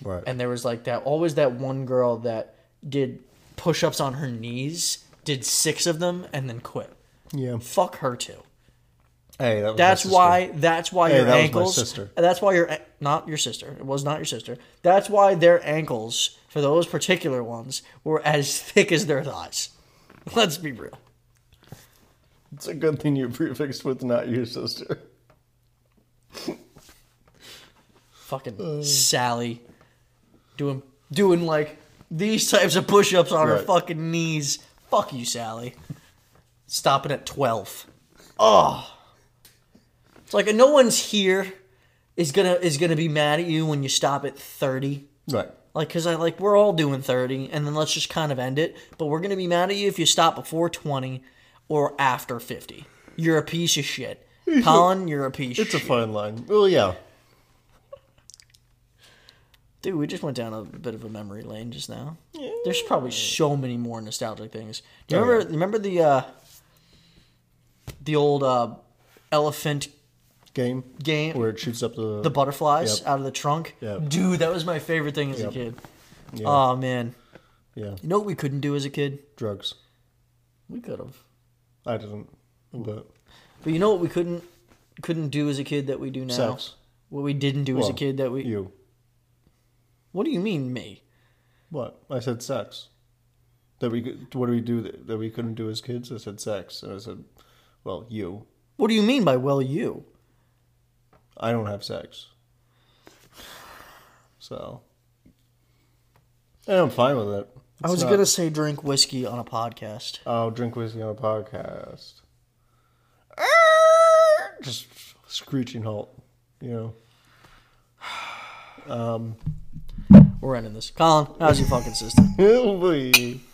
Speaker 2: Right.
Speaker 1: And there was like that always that one girl that did push ups on her knees, did six of them, and then quit.
Speaker 2: yeah.
Speaker 1: Fuck her too.
Speaker 2: Hey, that was my
Speaker 1: That's
Speaker 2: sister.
Speaker 1: why. That's why
Speaker 2: Hey,
Speaker 1: your
Speaker 2: that was my
Speaker 1: ankles.
Speaker 2: sister.
Speaker 1: That's why your not your sister. It was not your sister. That's why their ankles for those particular ones were as thick as their thighs. Let's be real.
Speaker 2: It's a good thing you prefixed with not your sister.
Speaker 1: Fucking
Speaker 2: Mm.
Speaker 1: Sally, doing doing like these types of push-ups on her
Speaker 2: Right.
Speaker 1: fucking knees. Fuck you, Sally. Stopping at twelve. Oh, it's like no one's here is gonna is gonna be mad at you when you stop at thirty.
Speaker 2: Right.
Speaker 1: Like, cause I like we're all doing thirty, and then let's just kind of end it. But we're gonna be mad at you if you stop before twenty or after fifty. You're a piece of shit, Colin. You're a piece. of
Speaker 2: It's a
Speaker 1: shit.
Speaker 2: fine line. Well, yeah.
Speaker 1: Dude, we just went down a bit of a memory lane just now. There's probably so many more nostalgic things. Do you
Speaker 2: Oh,
Speaker 1: remember? Remember the uh, the old uh, elephant
Speaker 2: Game.
Speaker 1: game,
Speaker 2: Where it shoots up the.
Speaker 1: the butterflies
Speaker 2: Yep.
Speaker 1: out of the trunk.
Speaker 2: Yep.
Speaker 1: Dude, that was my favorite thing as
Speaker 2: Yep.
Speaker 1: a kid.
Speaker 2: Yeah.
Speaker 1: Oh man,
Speaker 2: yeah.
Speaker 1: you know what we couldn't do as a kid?
Speaker 2: Drugs.
Speaker 1: We could have.
Speaker 2: I didn't. But.
Speaker 1: But you know what we couldn't couldn't do as a kid that we do now.
Speaker 2: Sex.
Speaker 1: What we didn't do as a
Speaker 2: Well,
Speaker 1: kid that we.
Speaker 2: You.
Speaker 1: What do you mean me?
Speaker 2: What? I said sex. That we could. What do we do that, that we couldn't do as kids? I said sex. And I said, well, you.
Speaker 1: What do you mean by well you?
Speaker 2: I don't have sex. So. And I'm fine with it.
Speaker 1: I was
Speaker 2: It's not-
Speaker 1: gonna say drink whiskey on a podcast.
Speaker 2: I'll drink whiskey on a podcast. Just screeching halt, you know.
Speaker 1: We're ending this. Colin, how's your fucking system?
Speaker 2: It'll be-